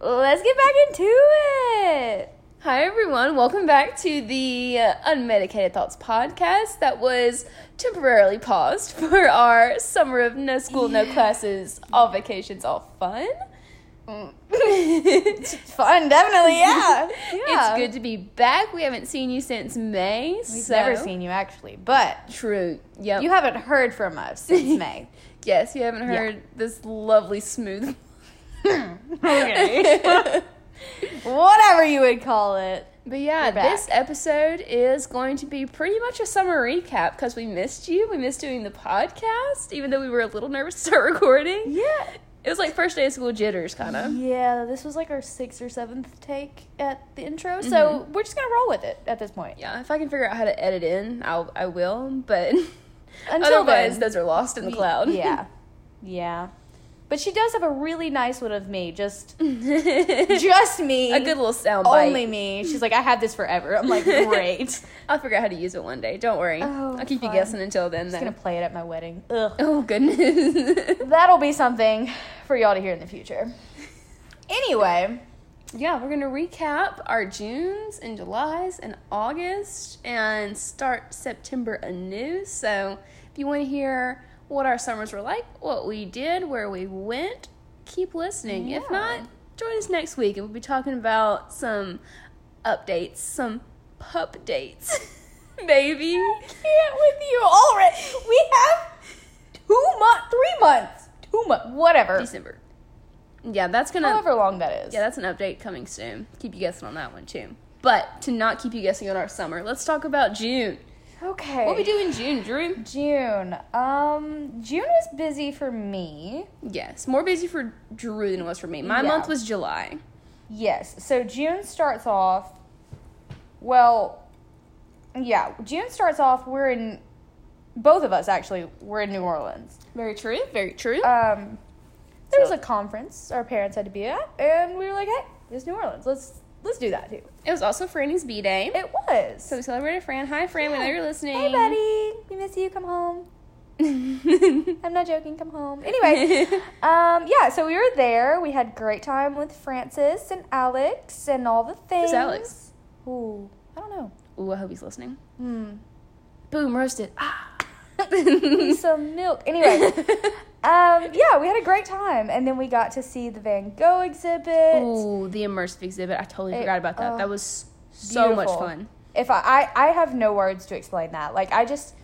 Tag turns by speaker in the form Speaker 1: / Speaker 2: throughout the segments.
Speaker 1: Let's get back into it. Hi, everyone. Welcome back to the uh, Unmedicated Thoughts podcast that was temporarily paused for our summer of no school, no classes, all vacations, all fun.
Speaker 2: Fun, definitely, Mm. yeah.
Speaker 1: It's good to be back. We haven't seen you since May.
Speaker 2: We've never seen you actually, but
Speaker 1: True. Yep.
Speaker 2: you haven't heard from us since May.
Speaker 1: yes, you haven't heard this lovely smooth.
Speaker 2: Whatever you would call it.
Speaker 1: But yeah,
Speaker 2: We're back.
Speaker 1: this episode is going to be pretty much a summer recap because we missed you. We missed doing the podcast, even though we were a little nervous to start recording.
Speaker 2: Yeah.
Speaker 1: It was like first day of school jitters, kind of.
Speaker 2: Yeah, this was like our sixth or seventh take at the intro, so we're just gonna roll with it at this point.
Speaker 1: Yeah, if I can figure out how to edit in, I'll I will. But
Speaker 2: Until
Speaker 1: otherwise,
Speaker 2: then,
Speaker 1: those are lost in the cloud.
Speaker 2: Yeah. Yeah. But she does have a really nice one of me, just
Speaker 1: a
Speaker 2: just me.
Speaker 1: good little sound bite.
Speaker 2: only me. She's like, I had this forever. I'm like, great.
Speaker 1: I'll figure out how to use it one day. Don't worry.
Speaker 2: Oh,
Speaker 1: I'll keep
Speaker 2: fun.
Speaker 1: you guessing until then.
Speaker 2: I'm just
Speaker 1: though.
Speaker 2: gonna play it at my wedding. Ugh.
Speaker 1: Oh goodness.
Speaker 2: That'll be something for y'all to hear in the future. Anyway,
Speaker 1: yeah, we're gonna recap our Junes and Julys and August and start September anew. So if you want to hear what our summers were like, what we did, where we went, keep listening. If
Speaker 2: Yeah.
Speaker 1: not, join us next week and we'll be talking about some updates, some pup dates, baby.
Speaker 2: can't with you already. We have two month, three months, two month, whatever,
Speaker 1: December. Yeah, that's gonna.
Speaker 2: however long that is.
Speaker 1: Yeah, that's an update coming soon. Keep you guessing on that one too. But to not keep you guessing on our summer, let's talk about June.
Speaker 2: Okay.
Speaker 1: What we do in June, Drew?
Speaker 2: June. Um, June was busy for me.
Speaker 1: Yes, more busy for Drew than it was for me. My
Speaker 2: Yeah.
Speaker 1: month was July.
Speaker 2: Yes. So June starts off. Well, yeah. June starts off. We're in. Both of us actually. We're in New Orleans.
Speaker 1: Very true. Very true.
Speaker 2: um, there was
Speaker 1: So-
Speaker 2: a conference our parents had to be at, and we were like, "Hey, it's New Orleans. Let's let's do that too."
Speaker 1: it was also Franny's B day,
Speaker 2: It was.
Speaker 1: so we celebrated Fran. Hi, Fran. We know you're listening.
Speaker 2: hey, buddy, we miss you. Come home.
Speaker 1: buddy.
Speaker 2: I'm not joking. Come home. Anyway, um, yeah. So we were there. We had great time with Francis and Alex and all the things.
Speaker 1: Alex?
Speaker 2: Ooh, I don't know.
Speaker 1: Ooh, I hope he's listening.
Speaker 2: Hmm.
Speaker 1: Boom, roasted. Ah.
Speaker 2: Some milk. Anyway. Um, yeah, we had a great time, and then we got to see the Van Gogh exhibit.
Speaker 1: Ooh, the immersive exhibit. I totally
Speaker 2: It-
Speaker 1: forgot about that.
Speaker 2: oh,
Speaker 1: that was so much
Speaker 2: beautiful.
Speaker 1: fun.
Speaker 2: if I, I I have no words to explain that. Like I just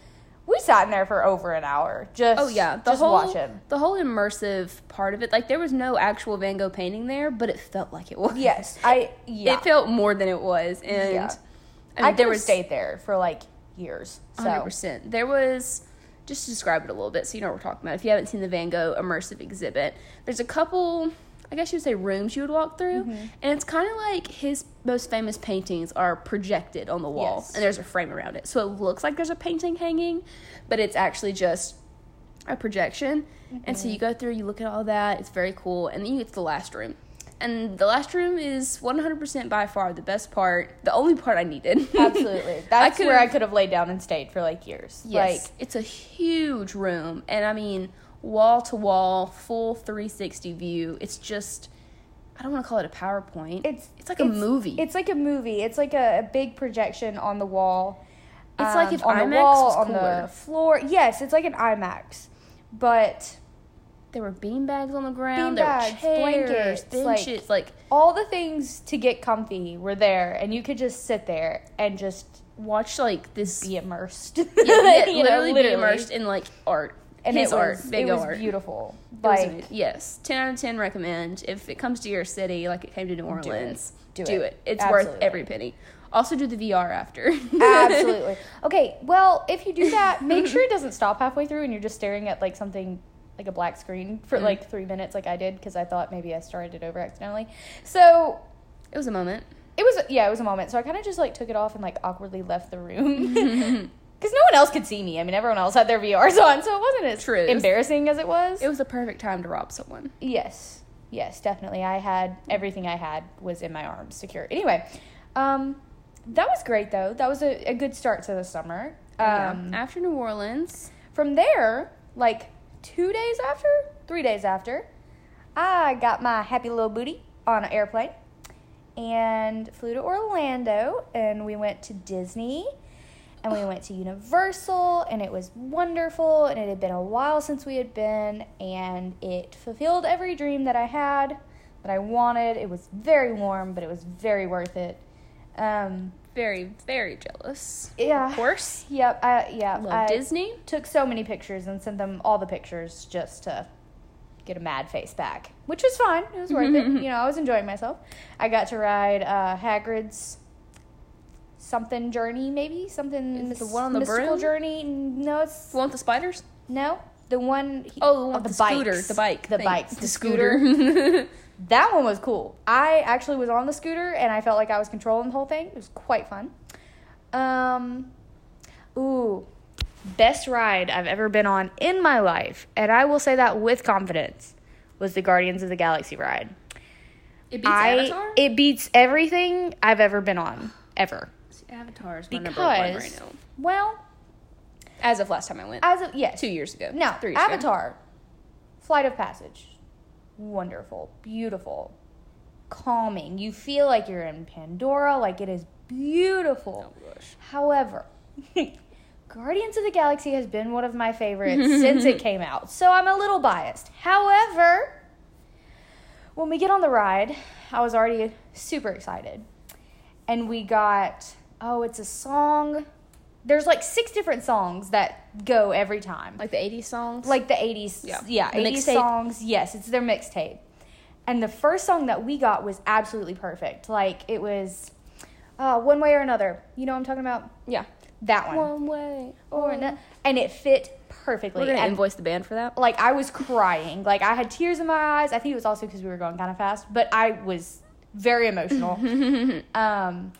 Speaker 2: we sat in there for over an hour just
Speaker 1: Oh yeah, the
Speaker 2: just
Speaker 1: whole
Speaker 2: watching.
Speaker 1: the whole immersive part of it. Like there was no actual Van Gogh painting there, but it felt like it was.
Speaker 2: Yes, I yeah.
Speaker 1: it felt more than it was, and
Speaker 2: Yeah.
Speaker 1: I,
Speaker 2: I
Speaker 1: mean,
Speaker 2: could
Speaker 1: there
Speaker 2: have
Speaker 1: was
Speaker 2: stayed there for like years.
Speaker 1: hundred
Speaker 2: So
Speaker 1: percent. There was just to describe it a little bit, so you know what we're talking about. If you haven't seen the Van Gogh immersive exhibit, there's a couple. I guess you would say rooms you would walk through,
Speaker 2: Mm-hmm.
Speaker 1: and it's kind of like his most famous paintings are projected on the wall,
Speaker 2: Yes.
Speaker 1: and there's a frame around it, so it looks like there's a painting hanging, but it's actually just a projection. And
Speaker 2: Mm-hmm.
Speaker 1: so you go through, you look at all that, it's very cool. And then you get to the last room. And the last room is 100% by far the best part, the only part I needed.
Speaker 2: absolutely, that's
Speaker 1: could've-
Speaker 2: where I could have laid down and stayed for like years.
Speaker 1: yes.
Speaker 2: Like
Speaker 1: it's a huge room. And I mean, wall to wall, full 360 view. It's just, I don't want to call it a PowerPoint.
Speaker 2: it's
Speaker 1: it's like a movie.
Speaker 2: It's like a movie. It's like a, a big projection on the wall. Um,
Speaker 1: It's like if
Speaker 2: on
Speaker 1: IMAX
Speaker 2: the wall,
Speaker 1: was
Speaker 2: on
Speaker 1: cooler.
Speaker 2: the floor. Yes, it's like an IMAX, but
Speaker 1: there were beanbags on the ground,
Speaker 2: Beanbags,
Speaker 1: there were chairs,
Speaker 2: blankets, like-
Speaker 1: benches, like
Speaker 2: all the things to get comfy were there, and you could just sit there and just
Speaker 1: watch like this
Speaker 2: be immersed.
Speaker 1: yeah,
Speaker 2: You know,
Speaker 1: literally, be immersed in like art
Speaker 2: And
Speaker 1: his
Speaker 2: it
Speaker 1: art
Speaker 2: was,
Speaker 1: big
Speaker 2: it was
Speaker 1: art
Speaker 2: beautiful.
Speaker 1: It was
Speaker 2: Like
Speaker 1: amazing. yes 10 out of 10 recommend if it comes to your city like it came to new orleans
Speaker 2: Do
Speaker 1: do
Speaker 2: it.
Speaker 1: it's worth
Speaker 2: Absolutely.
Speaker 1: every penny also do the vr after
Speaker 2: absolutely. Okay, well, if you do that, make sure it doesn't stop halfway through and you're just staring at like something like a black screen
Speaker 1: Mm-hmm.
Speaker 2: for like 3 minutes like I did because I thought maybe I started it over accidentally. So,
Speaker 1: it was a moment
Speaker 2: it was yeah, it was a moment. So I kind of just like took it off and like awkwardly left the room. Because no one else could see me. I mean, everyone else had their VRs on, so it wasn't as
Speaker 1: True. It was-
Speaker 2: embarrassing as it was.
Speaker 1: it was the perfect time to rob someone
Speaker 2: Yes. Yes, definitely. I had everything I had was in my arms secure. Anyway, um, that was great though. That was a, a good start to the summer. Um,
Speaker 1: yeah. after new orleans
Speaker 2: From there, like two days after, three days after, I got my happy little booty on an airplane and flew to Orlando and we went to Disney and we went to Universal and it was wonderful and it had been a while since we had been and it fulfilled every dream that I had that I wanted. It was very warm, but it was very worth it. Um
Speaker 1: Very, very jealous.
Speaker 2: yeah.
Speaker 1: Of course.
Speaker 2: Yep, I yeah.
Speaker 1: Love
Speaker 2: I
Speaker 1: Disney.
Speaker 2: took so many pictures and sent them all the pictures just to get a mad face back, which was fine. It was worth
Speaker 1: Mm-hmm.
Speaker 2: it. You know, I was enjoying myself. I got to ride uh, Hagrid's something journey, maybe something
Speaker 1: Is it the one on the
Speaker 2: mystical
Speaker 1: broom?
Speaker 2: journey. No, it's
Speaker 1: The one with the spiders?
Speaker 2: no the one. he-
Speaker 1: Oh, the
Speaker 2: of
Speaker 1: one with the,
Speaker 2: bikes.
Speaker 1: scooter. The bike.
Speaker 2: The
Speaker 1: thing.
Speaker 2: bikes.
Speaker 1: The, scooter.
Speaker 2: That one was cool. I actually was on the scooter and I felt like I was controlling the whole thing. It was quite fun. Um, ooh, best ride I've ever been on in my life, and I will say that with confidence, was the Guardians of the Galaxy ride.
Speaker 1: it beats
Speaker 2: I
Speaker 1: Avatar?
Speaker 2: it beats everything I've ever been on ever
Speaker 1: Avatar is my
Speaker 2: because
Speaker 1: number one right now.
Speaker 2: well,
Speaker 1: As of last time I went.
Speaker 2: as of yeah,
Speaker 1: Two years ago.
Speaker 2: No,
Speaker 1: Three years ago.
Speaker 2: Avatar, Flight of Passage, wonderful, beautiful, calming. You feel like you're in Pandora, like it is beautiful.
Speaker 1: Oh, gosh.
Speaker 2: However, Guardians of the Galaxy has been one of my favorites since it came out, so I'm a little biased. However, when we get on the ride, I was already super excited. And we got, oh, it's a song. There's like six different songs that go every time
Speaker 1: Like the 80s songs?
Speaker 2: like the 80s yeah,
Speaker 1: Yeah. The
Speaker 2: 80s
Speaker 1: mixtape.
Speaker 2: songs yes it's their mixtape and the first song that we got was absolutely perfect like it was uh, one way or another you know what i'm talking about
Speaker 1: yeah.
Speaker 2: that
Speaker 1: One
Speaker 2: one
Speaker 1: way.
Speaker 2: or ano- and it fit perfectly
Speaker 1: We're going to
Speaker 2: and
Speaker 1: invoice the band for that.
Speaker 2: like i was crying like i had tears in my eyes i think it was also because we were going kind of fast but i was very emotional um,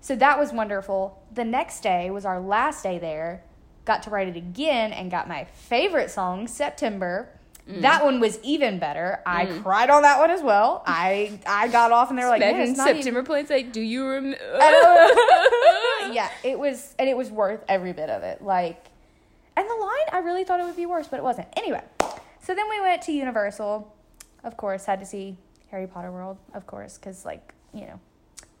Speaker 2: so that was wonderful the next day was our last day there got to write it again and got my favorite song september That one was even better. I cried on that one as well. I I got off and they were like,
Speaker 1: Back
Speaker 2: "Man,
Speaker 1: in
Speaker 2: it's not even-
Speaker 1: September, planes like, do you uh, remember?
Speaker 2: yeah, it was, and it was worth every bit of it. Like, and the line, I really thought it would be worse, but it wasn't. Anyway, so then we went to Universal. Of course, had to see Harry Potter World, of course, because like you know,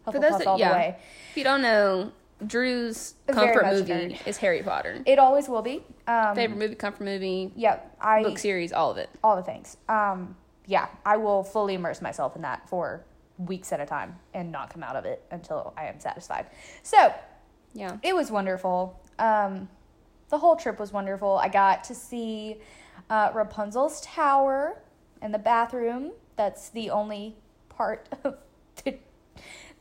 Speaker 2: Hufflepuff
Speaker 1: those that-
Speaker 2: all the
Speaker 1: yeah.
Speaker 2: way.
Speaker 1: If you don't know, Drew's
Speaker 2: Very
Speaker 1: comfort
Speaker 2: much a
Speaker 1: movie
Speaker 2: nerd.
Speaker 1: is Harry Potter.
Speaker 2: It always will be. Um,
Speaker 1: Favorite movie, comfort movie,
Speaker 2: Yep, I
Speaker 1: book series, all of it.
Speaker 2: all the things. Um, yeah, I will fully immerse myself in that for weeks at a time and not come out of it until I am satisfied. So
Speaker 1: Yeah.
Speaker 2: it was wonderful. Um, the whole trip was wonderful. I got to see uh, Rapunzel's tower and the bathroom. That's the only part of the,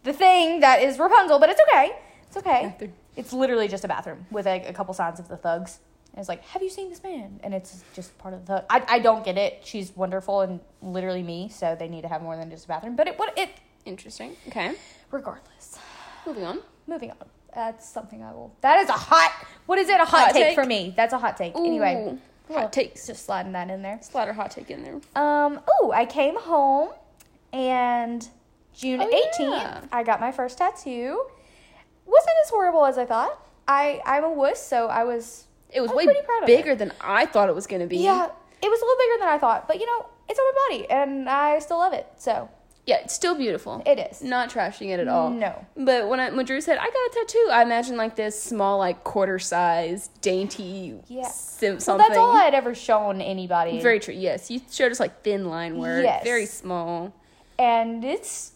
Speaker 2: the thing that is Rapunzel, but it's okay. It's okay.
Speaker 1: Bathroom.
Speaker 2: It's literally just a bathroom with like a couple signs of the thugs. And it's like, have you seen this man? And it's just part of the thug. I, I don't get it. She's wonderful and literally me, so they need to have more than just a bathroom. But it what it
Speaker 1: Interesting. Okay.
Speaker 2: regardless
Speaker 1: Moving on.
Speaker 2: moving on. That's something I will. That is a hot. What is it? A hot,
Speaker 1: Hot
Speaker 2: take,
Speaker 1: take?
Speaker 2: for me. That's a hot take. Anyway,
Speaker 1: Ooh, hot takes.
Speaker 2: just sliding that in there.
Speaker 1: Slaughter hot take in there.
Speaker 2: Um. Oh, I came home, and June
Speaker 1: Oh,
Speaker 2: eighteenth,
Speaker 1: yeah.
Speaker 2: I got my first tattoo. Wasn't as horrible as I thought. I I'm a wuss, so I was.
Speaker 1: It was
Speaker 2: I'm
Speaker 1: way
Speaker 2: pretty proud of
Speaker 1: bigger than I thought it was going to be.
Speaker 2: Yeah, it was a little bigger than I thought, but you know, it's on my body, and I still love it. So
Speaker 1: Yeah, it's still beautiful.
Speaker 2: it is.
Speaker 1: Not trashing it at all.
Speaker 2: No.
Speaker 1: But when I, when Drew said I got a tattoo, I imagine like this small, like quarter size, dainty,
Speaker 2: Yeah.
Speaker 1: sim-
Speaker 2: Well,
Speaker 1: something.
Speaker 2: that's all I had ever shown anybody.
Speaker 1: Very true. Yes, you showed us like thin line work.
Speaker 2: Yes.
Speaker 1: Very small.
Speaker 2: and it's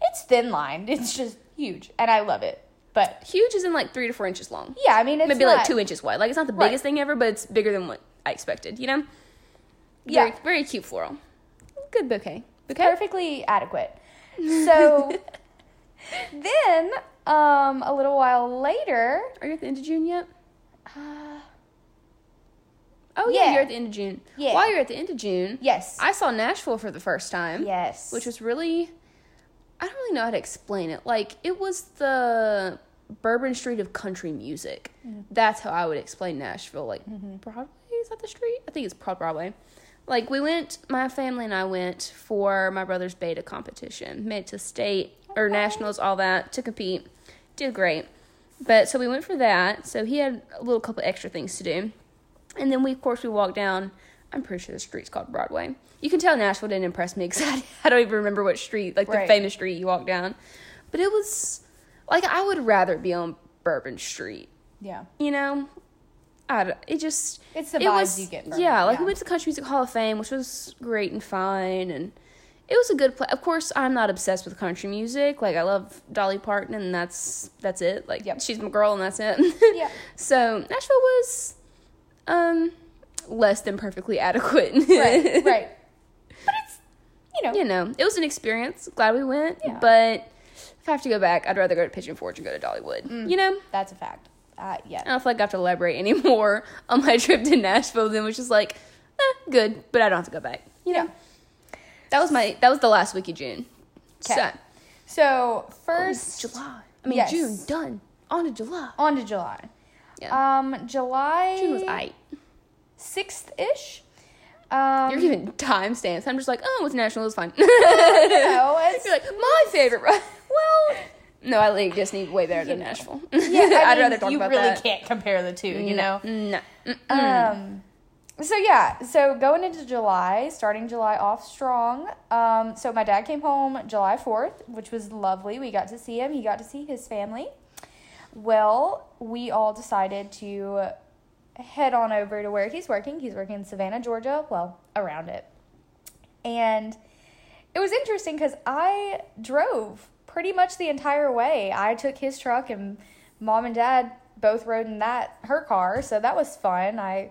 Speaker 2: it's thin lined. It's just huge, and I love it. But
Speaker 1: Huge is in like three to four inches long.
Speaker 2: yeah, I mean, it's
Speaker 1: Maybe
Speaker 2: not,
Speaker 1: like two inches wide. Like it's not the
Speaker 2: Right.
Speaker 1: biggest thing ever, but it's bigger than what I expected. You know.
Speaker 2: Yeah.
Speaker 1: Very, very cute floral. Good bouquet. Bouquet.
Speaker 2: perfectly adequate. So then, um, a little while later,
Speaker 1: Are you at the end of June yet?
Speaker 2: uh,
Speaker 1: Oh yeah,
Speaker 2: Yeah.
Speaker 1: you're at the end of June.
Speaker 2: Yeah.
Speaker 1: While you're at the end of June,
Speaker 2: yes,
Speaker 1: I saw Nashville for the first time.
Speaker 2: yes,
Speaker 1: which was really I don't really know how to explain it. Like it was the Bourbon Street of country music. That's how I would explain Nashville. Like Broadway is that the street? I think it's called Broadway. Like we went, my family and I went for my brother's beta competition, made it to state or nationals, all that to compete. Did great, but so we went for that. So he had a little couple extra things to do, and then we of course we walked down I'm pretty sure the street's called Broadway. You can tell Nashville didn't impress me because I, I don't even remember what street, like
Speaker 2: Right.
Speaker 1: the famous street you walk down. But it was like I would rather be on Bourbon Street.
Speaker 2: Yeah.
Speaker 1: You know, I don't, it just
Speaker 2: It's the
Speaker 1: it
Speaker 2: vibes you get from it,
Speaker 1: yeah, like
Speaker 2: yeah.
Speaker 1: we went to Country Music Hall of Fame, which was great and fine, and it was a good place. Of course, I'm not obsessed with country music. Like I love Dolly Parton, and that's that's it. Like
Speaker 2: Yep.
Speaker 1: she's my girl, and that's it.
Speaker 2: Yep.
Speaker 1: So Nashville was um less than perfectly adequate.
Speaker 2: Right. right. But it's you know
Speaker 1: You know, it was an experience. Glad we went,
Speaker 2: Yeah.
Speaker 1: but if I have to go back, I'd rather go to Pigeon Forge and go to Dollywood.
Speaker 2: Mm.
Speaker 1: You know.
Speaker 2: that's a fact. Uh, yeah.
Speaker 1: I don't feel like I have to elaborate any more on my trip to Nashville than was just like, eh, good, but I don't have to go back. You know, that was my that was the last week of June.
Speaker 2: 'Kay.
Speaker 1: So
Speaker 2: So
Speaker 1: first
Speaker 2: first
Speaker 1: Oh, July. I mean
Speaker 2: Yes.
Speaker 1: June done on to July.
Speaker 2: on to July.
Speaker 1: Yeah.
Speaker 2: Um, July
Speaker 1: June was I.
Speaker 2: sixth ish. Um,
Speaker 1: You're giving timestamps. I'm just like, oh, it's national. It's fine.
Speaker 2: no, it's
Speaker 1: You're like my favorite. Ride.
Speaker 2: well,
Speaker 1: No, I like Disney way better than Nashville. Yeah,
Speaker 2: yeah. I
Speaker 1: I'd
Speaker 2: mean,
Speaker 1: rather talk
Speaker 2: you
Speaker 1: about
Speaker 2: really
Speaker 1: that.
Speaker 2: can't compare the two, you know.
Speaker 1: No. Mm.
Speaker 2: Um, so yeah, so going into July, starting July off strong. Um, so my dad came home July fourth, which was lovely. We got to see him. He got to see his family. Well, we all decided to head on over to where he's working. He's working in Savannah, Georgia. Well, around it, and it was interesting because I drove pretty much the entire way. I took his truck, and mom and dad both rode in that her car, so that was fun. I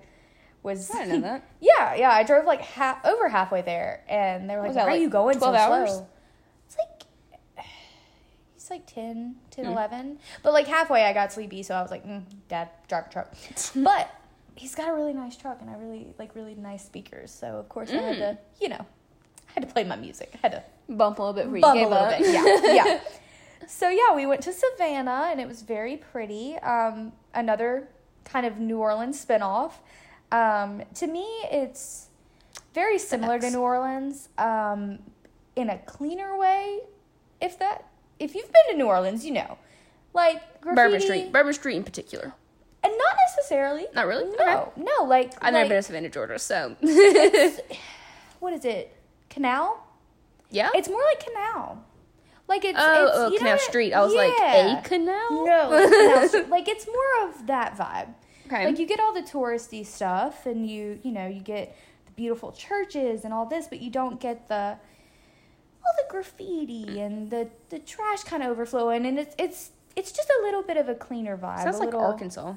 Speaker 2: was.
Speaker 1: I didn't know that.
Speaker 2: yeah, yeah. I drove like half over halfway there, and they were like,
Speaker 1: Was that,
Speaker 2: "Why are
Speaker 1: like,
Speaker 2: you going
Speaker 1: 12
Speaker 2: so
Speaker 1: hours?
Speaker 2: slow?" It's like it's like 10,
Speaker 1: Hmm.
Speaker 2: 10 11. But like halfway, I got sleepy, so I was like, mm, "Dad, drive a truck." but he's got a really nice truck, and I really like really nice speakers. So of course, I had
Speaker 1: Mm.
Speaker 2: to, you know, I had to play my music. I had to
Speaker 1: Bump a little bit. before you
Speaker 2: bum
Speaker 1: gave
Speaker 2: a little
Speaker 1: up.
Speaker 2: bit. Yeah, yeah. So yeah, we went to Savannah and it was very pretty. Um, another kind of New Orleans spinoff. Um, to me, it's very similar to
Speaker 1: Facts.
Speaker 2: New Orleans um, in a cleaner way. If that, if you've been to New Orleans, you know, like graffiti,
Speaker 1: Bourbon Street. Bourbon Street in particular.
Speaker 2: and not necessarily.
Speaker 1: Not really. Okay.
Speaker 2: No, no, like
Speaker 1: I've never
Speaker 2: like,
Speaker 1: been to Savannah, Georgia, so
Speaker 2: what is it? Canal.
Speaker 1: yeah.
Speaker 2: It's more like canal. Like it's
Speaker 1: oh,
Speaker 2: it's,
Speaker 1: oh,
Speaker 2: you know
Speaker 1: Canal
Speaker 2: what-
Speaker 1: Street. I was
Speaker 2: Yeah.
Speaker 1: like a canal.
Speaker 2: No, it's canal street. like it's more of that vibe.
Speaker 1: Okay.
Speaker 2: Like you get all the touristy stuff, and you you know you get the beautiful churches and all this, but you don't get the all the graffiti and the the trash kind of overflowing, and it's it's it's just a little bit of a cleaner vibe.
Speaker 1: Sounds
Speaker 2: a
Speaker 1: like
Speaker 2: little,
Speaker 1: Arkansas.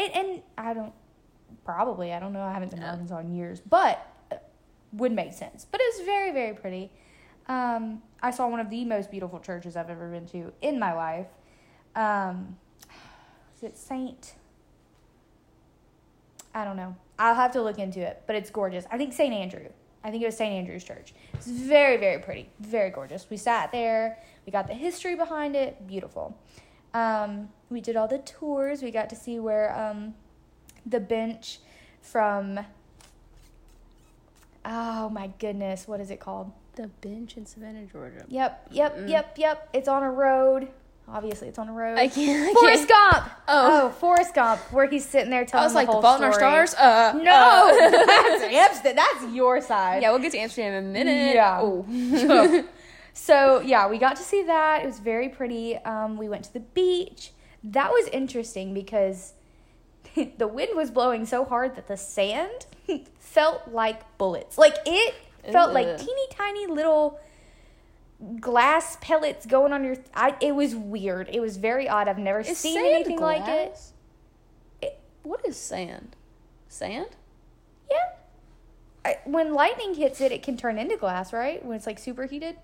Speaker 2: and, and I don't probably I don't know I haven't been to
Speaker 1: Yeah.
Speaker 2: Arkansas in years, but uh, would make sense. But it was very very pretty. Um, I saw one of the most beautiful churches I've ever been to in my life. Um, is it Saint? I don't know. I'll have to look into it, but it's gorgeous. I think St. Andrew. I think it was St. Andrew's Church. It's very, very pretty, very gorgeous. We sat there. We got the history behind it. Beautiful. Um, we did all the tours. We got to see where um, the bench from. Oh my goodness, what is it called?
Speaker 1: The bench in Savannah, Georgia.
Speaker 2: Yep, yep, yep, yep. It's on a road. Obviously, it's on a road.
Speaker 1: Mm. I can't. I
Speaker 2: Forrest
Speaker 1: can't.
Speaker 2: Gump.
Speaker 1: Oh.
Speaker 2: oh, Forrest Gump, where he's sitting there telling.
Speaker 1: I was like the,
Speaker 2: the, whole
Speaker 1: Fault in Our
Speaker 2: story.
Speaker 1: Stars. Uh,
Speaker 2: No,
Speaker 1: uh.
Speaker 2: that's Amsterdam. That's your side.
Speaker 1: yeah, we'll get to Amsterdam in a minute.
Speaker 2: Yeah.
Speaker 1: Oh.
Speaker 2: So yeah, we got to see that. It was very pretty. Um, we went to the beach. That was interesting because the wind was blowing so hard that the sand felt like bullets. Like it felt like
Speaker 1: Ugh.
Speaker 2: teeny tiny little glass pellets going on your. I, it was weird. It was very odd. I've never
Speaker 1: Is
Speaker 2: seen
Speaker 1: sand
Speaker 2: anything like it.
Speaker 1: glass?
Speaker 2: It-
Speaker 1: What is sand? Sand?
Speaker 2: Yeah. I, when lightning hits it, it can turn into glass, right? When it's like superheated.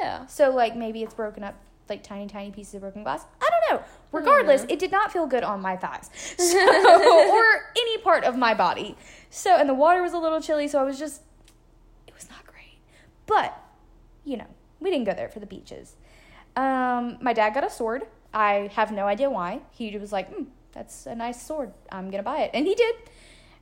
Speaker 1: Yeah.
Speaker 2: So like maybe it's broken up like tiny tiny pieces of broken glass. I don't know. Regardless, it did not feel good on my thighs. So, or any part of my body. So and the water was a little chilly, so I was just it was not great. But, you know, we didn't go there for the beaches. Um, my dad got a sword. I have no idea why. He was like, mm, that's a nice sword. I'm going to buy it. And he did.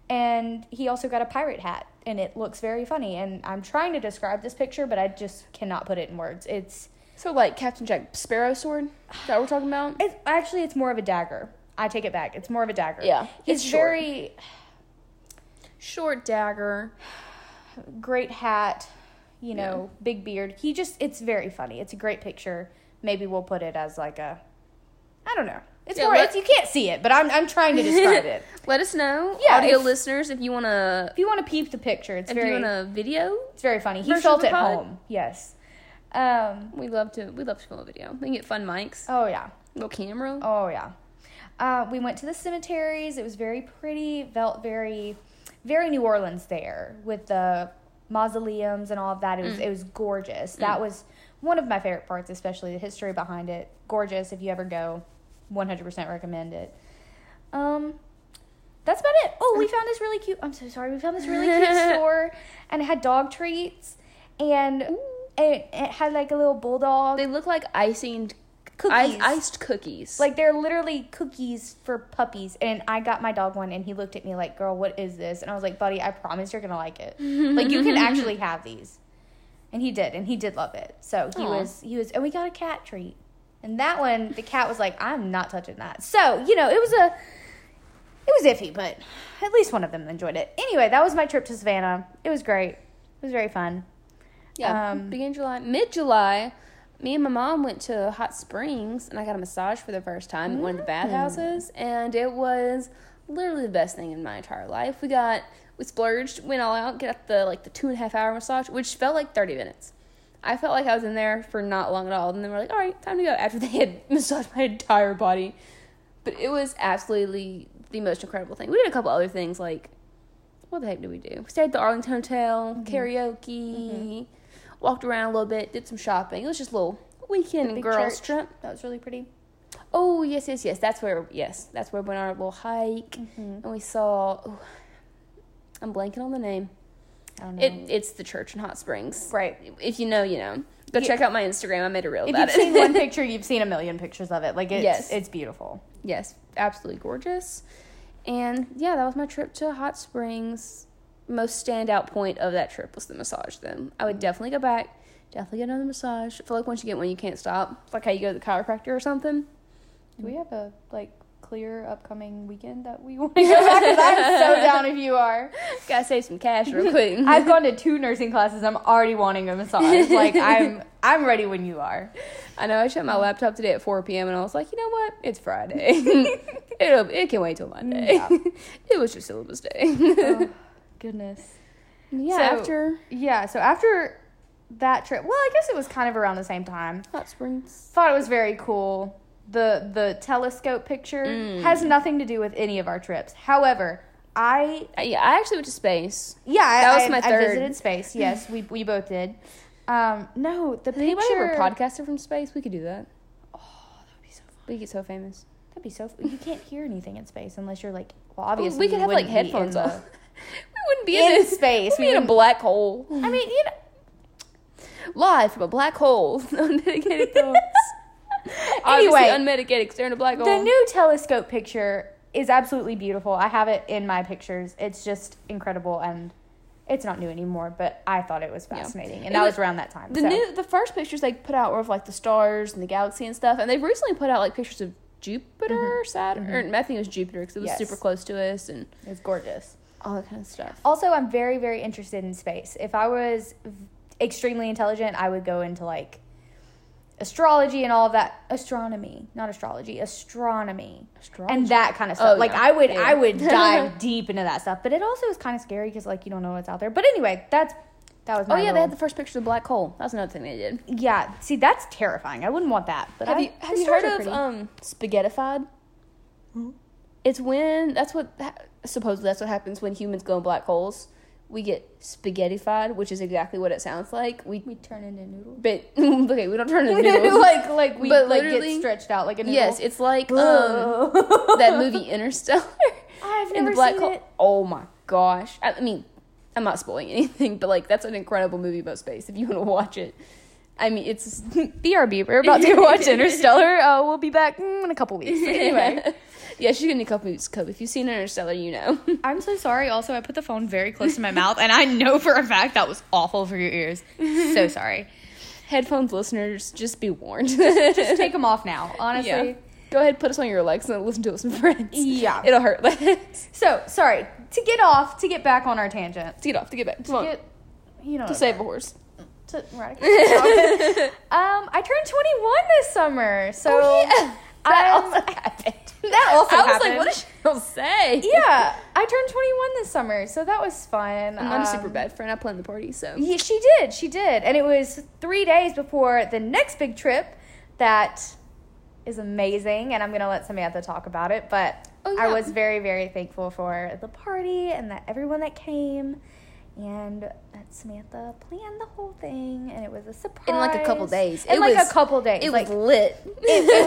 Speaker 2: And he also got a pirate hat, and it looks very funny. And I'm trying to describe this picture, but I just cannot put it in words. It's,
Speaker 1: So like Captain Jack Sparrow sword? Is that what we're talking about?
Speaker 2: it's actually, it's more of a dagger. I take it back. It's more of a dagger.
Speaker 1: Yeah,
Speaker 2: He's
Speaker 1: it's short.
Speaker 2: very
Speaker 1: short dagger.
Speaker 2: great hat, you know, big beard. He just it's very funny. It's a great picture. Maybe we'll put it as like a I don't know. It's
Speaker 1: Yeah,
Speaker 2: more
Speaker 1: let-
Speaker 2: it's, you can't see it, but I'm I'm trying to describe it.
Speaker 1: Let us know,
Speaker 2: Yeah,
Speaker 1: audio
Speaker 2: if-
Speaker 1: listeners, if you want to
Speaker 2: If you want to peep the picture, it's
Speaker 1: if you
Speaker 2: very
Speaker 1: want a video.
Speaker 2: it's very funny. He
Speaker 1: version of
Speaker 2: felt
Speaker 1: the
Speaker 2: at
Speaker 1: pod?
Speaker 2: home. Yes. Um
Speaker 1: We love to we love to film a video. We can get fun mics,
Speaker 2: oh yeah.
Speaker 1: little camera.
Speaker 2: Oh yeah. Uh, we went to the cemeteries. It was very pretty. Felt very, very New Orleans there with the mausoleums and all of that. It
Speaker 1: Mm.
Speaker 2: was it was gorgeous. That was one of my favorite parts, especially the history behind it. Gorgeous. If you ever go, one hundred percent recommend it. Um, that's about it. Oh, we found this really cute. I'm so sorry. We found this really cute store, and it had dog treats, and it, it had like a little bulldog.
Speaker 1: They look like icing
Speaker 2: Cookies.
Speaker 1: I- iced cookies.
Speaker 2: Like they're literally cookies for puppies. And I got my dog one, and he looked at me like, "Girl, what is this?" And I was like, "Buddy, I promise you're gonna like it. like you can actually have these." And he did, and he did love it. So he
Speaker 1: Aw.
Speaker 2: was, he was, and we got a cat treat. And that one, the cat was like, "I'm not touching that." So you know, it was a, it was iffy, but at least one of them enjoyed it. Anyway, that was my trip to Savannah. It was great. It was very fun.
Speaker 1: Yeah,
Speaker 2: Um,
Speaker 1: beginning July, mid July, me and my mom went to Hot Springs and I got a massage for the first time at one
Speaker 2: Mm.
Speaker 1: of the bathhouses, and it was literally the best thing in my entire life. We got we splurged, went all out, got the like the two and a half hour massage, which felt like thirty minutes. I felt like I was in there for not long at all, and then we're like, all right, time to go. After they had massaged my entire body, but it was absolutely the most incredible thing. We did a couple other things like what the heck did we do? We stayed at the Arlington Hotel,
Speaker 2: Mm-hmm.
Speaker 1: karaoke, walked around a little bit, did some shopping. It was just a little weekend
Speaker 2: big
Speaker 1: girls
Speaker 2: church.
Speaker 1: trip.
Speaker 2: That was really pretty.
Speaker 1: Oh yes, yes, yes. That's where yes, that's where we went on our little hike,
Speaker 2: Mm-hmm.
Speaker 1: and we saw. ooh, I'm blanking on the name.
Speaker 2: I don't know.
Speaker 1: It it's the church in Hot Springs.
Speaker 2: right.
Speaker 1: If you know, you know. Go
Speaker 2: Yeah.
Speaker 1: check out my Instagram. I made a reel
Speaker 2: If
Speaker 1: about
Speaker 2: you've
Speaker 1: it.
Speaker 2: seen one picture, you've seen a million pictures of it. Like it's
Speaker 1: Yes.
Speaker 2: it's beautiful.
Speaker 1: yes, absolutely gorgeous. And yeah, that was my trip to Hot Springs. Most standout point of that trip was the massage. Then I would definitely go back. Definitely get another massage. I feel like once you get one, you can't stop. It's like how you go to the chiropractor or something.
Speaker 2: Do we have a like clear upcoming weekend that we want to go back? 'Cause I'm so down if you are.
Speaker 1: Gotta save some cash real quick.
Speaker 2: I've gone to two nursing classes. I'm already wanting a massage. Like I'm I'm ready when you are.
Speaker 1: I know I shut my laptop today at 4 p.m. and I was like, you know what? It's Friday. It'll it can wait till Monday.
Speaker 2: Yeah.
Speaker 1: it was just syllabus day.
Speaker 2: Oh, goodness.
Speaker 1: yeah.
Speaker 2: So-
Speaker 1: after
Speaker 2: Yeah. So after that trip, well, I guess it was kind of around the same time.
Speaker 1: Hot Springs.
Speaker 2: Thought it was very cool. The the telescope picture has nothing to do with any of our trips. However, I
Speaker 1: Uh, Yeah, I actually went to space.
Speaker 2: Yeah, I-
Speaker 1: That was
Speaker 2: I,
Speaker 1: my
Speaker 2: I
Speaker 1: third.
Speaker 2: visited space. Yes, we we both did. Um, no, the
Speaker 1: If anybody
Speaker 2: picture.
Speaker 1: ever podcasted from space, we could do that.
Speaker 2: That'd be so fun.
Speaker 1: We get so famous.
Speaker 2: That'd be so. Fun. You can't hear anything in space unless you're like. Well, obviously
Speaker 1: we could
Speaker 2: you
Speaker 1: have like
Speaker 2: wouldn't be in
Speaker 1: headphones
Speaker 2: the-
Speaker 1: on. we wouldn't be in,
Speaker 2: In
Speaker 1: this.
Speaker 2: space,
Speaker 1: We'd be in a
Speaker 2: wouldn't-
Speaker 1: black hole.
Speaker 2: I mean, you know.
Speaker 1: Live from a black hole. Unmedicated thoughts. Obviously
Speaker 2: Anyway.
Speaker 1: unmedicated staring a black hole.
Speaker 2: The new telescope picture is absolutely beautiful. I have it in my pictures. It's just incredible, and it's not new anymore. But I thought it was fascinating, and
Speaker 1: It
Speaker 2: that
Speaker 1: was-
Speaker 2: was, around that time.
Speaker 1: The
Speaker 2: so.
Speaker 1: new, the first pictures they put out were of like the stars and the galaxy and stuff, and they've recently put out like pictures of Jupiter, Saturn, or I think it was Jupiter because it was
Speaker 2: Mm-hmm. Yes.
Speaker 1: super close to us and
Speaker 2: it's gorgeous.
Speaker 1: all that kind of stuff.
Speaker 2: Also, I'm very, very interested in space. If I was v- extremely intelligent, I would go into like astrology and all of that. Astronomy, not astrology, astronomy,
Speaker 1: Astrology.
Speaker 2: and that kind of stuff.
Speaker 1: Oh,
Speaker 2: like
Speaker 1: yeah.
Speaker 2: I would,
Speaker 1: Yeah.
Speaker 2: I would dive deep into that stuff. But it also is kind of scary because like you don't know what's out there. But anyway, that's that was.
Speaker 1: oh
Speaker 2: My
Speaker 1: yeah, they
Speaker 2: little-
Speaker 1: had the first picture of the black hole. That's another thing they did.
Speaker 2: yeah. See, that's terrifying. I wouldn't want that. But
Speaker 1: Have
Speaker 2: I-
Speaker 1: you have
Speaker 2: the
Speaker 1: you
Speaker 2: stars
Speaker 1: heard of
Speaker 2: are pretty. Hmm?
Speaker 1: um spaghettified? It's when that's what ha- supposedly that's what happens when humans go in black holes. We get spaghettified, which is exactly what it sounds like. We
Speaker 2: we turn into noodles?
Speaker 1: but okay, we don't turn into noodles.
Speaker 2: like like we
Speaker 1: But
Speaker 2: like get
Speaker 1: literally-
Speaker 2: stretched out like a noodle.
Speaker 1: yes, it's like um, that movie Interstellar.
Speaker 2: I've
Speaker 1: in the
Speaker 2: never
Speaker 1: black
Speaker 2: seen
Speaker 1: hole.
Speaker 2: it.
Speaker 1: Oh my gosh! I, I mean, I'm not spoiling anything, but like that's an incredible movie about space. If you want to watch it, I mean, it's
Speaker 2: BRB, we're about to go watch Interstellar. Uh, we'll be back mm, in a couple weeks. Anyway,
Speaker 1: yeah, she's gonna need a couple weeks. Cope. If you've seen Interstellar, you know.
Speaker 2: I'm so sorry. Also, I put the phone very close to my mouth, and I know for a fact that was awful for your ears. So sorry.
Speaker 1: Headphones listeners, just be warned.
Speaker 2: Just take them off now, honestly.
Speaker 1: Yeah. Go ahead, put us on your Alexa and listen to us with friends.
Speaker 2: Yeah.
Speaker 1: It'll hurt less.
Speaker 2: So sorry to get off to get back on our tangent.
Speaker 1: to get off, to get back. Come on.
Speaker 2: Get, you know
Speaker 1: to save a horse.
Speaker 2: to right. um, I turned 21 this summer, so
Speaker 1: Oh, That
Speaker 2: I'm-
Speaker 1: also happened.
Speaker 2: that also
Speaker 1: I was
Speaker 2: happened.
Speaker 1: like, what does she say?
Speaker 2: yeah, I turned 21 this summer, so that was fun.
Speaker 1: I'm not a
Speaker 2: Um,
Speaker 1: super bad friend. I planned the party, so.
Speaker 2: Yeah, she did. She did. And it was three days before the next big trip that is amazing. And I'm going to let Samantha talk about it. But
Speaker 1: Oh,
Speaker 2: I
Speaker 1: yeah.
Speaker 2: was very, very thankful for the party and that everyone that came and that Samantha planned the whole thing. And it was a surprise.
Speaker 1: In like a couple days.
Speaker 2: In
Speaker 1: It
Speaker 2: like
Speaker 1: was-
Speaker 2: a couple days.
Speaker 1: It
Speaker 2: like,
Speaker 1: was lit.
Speaker 2: it, it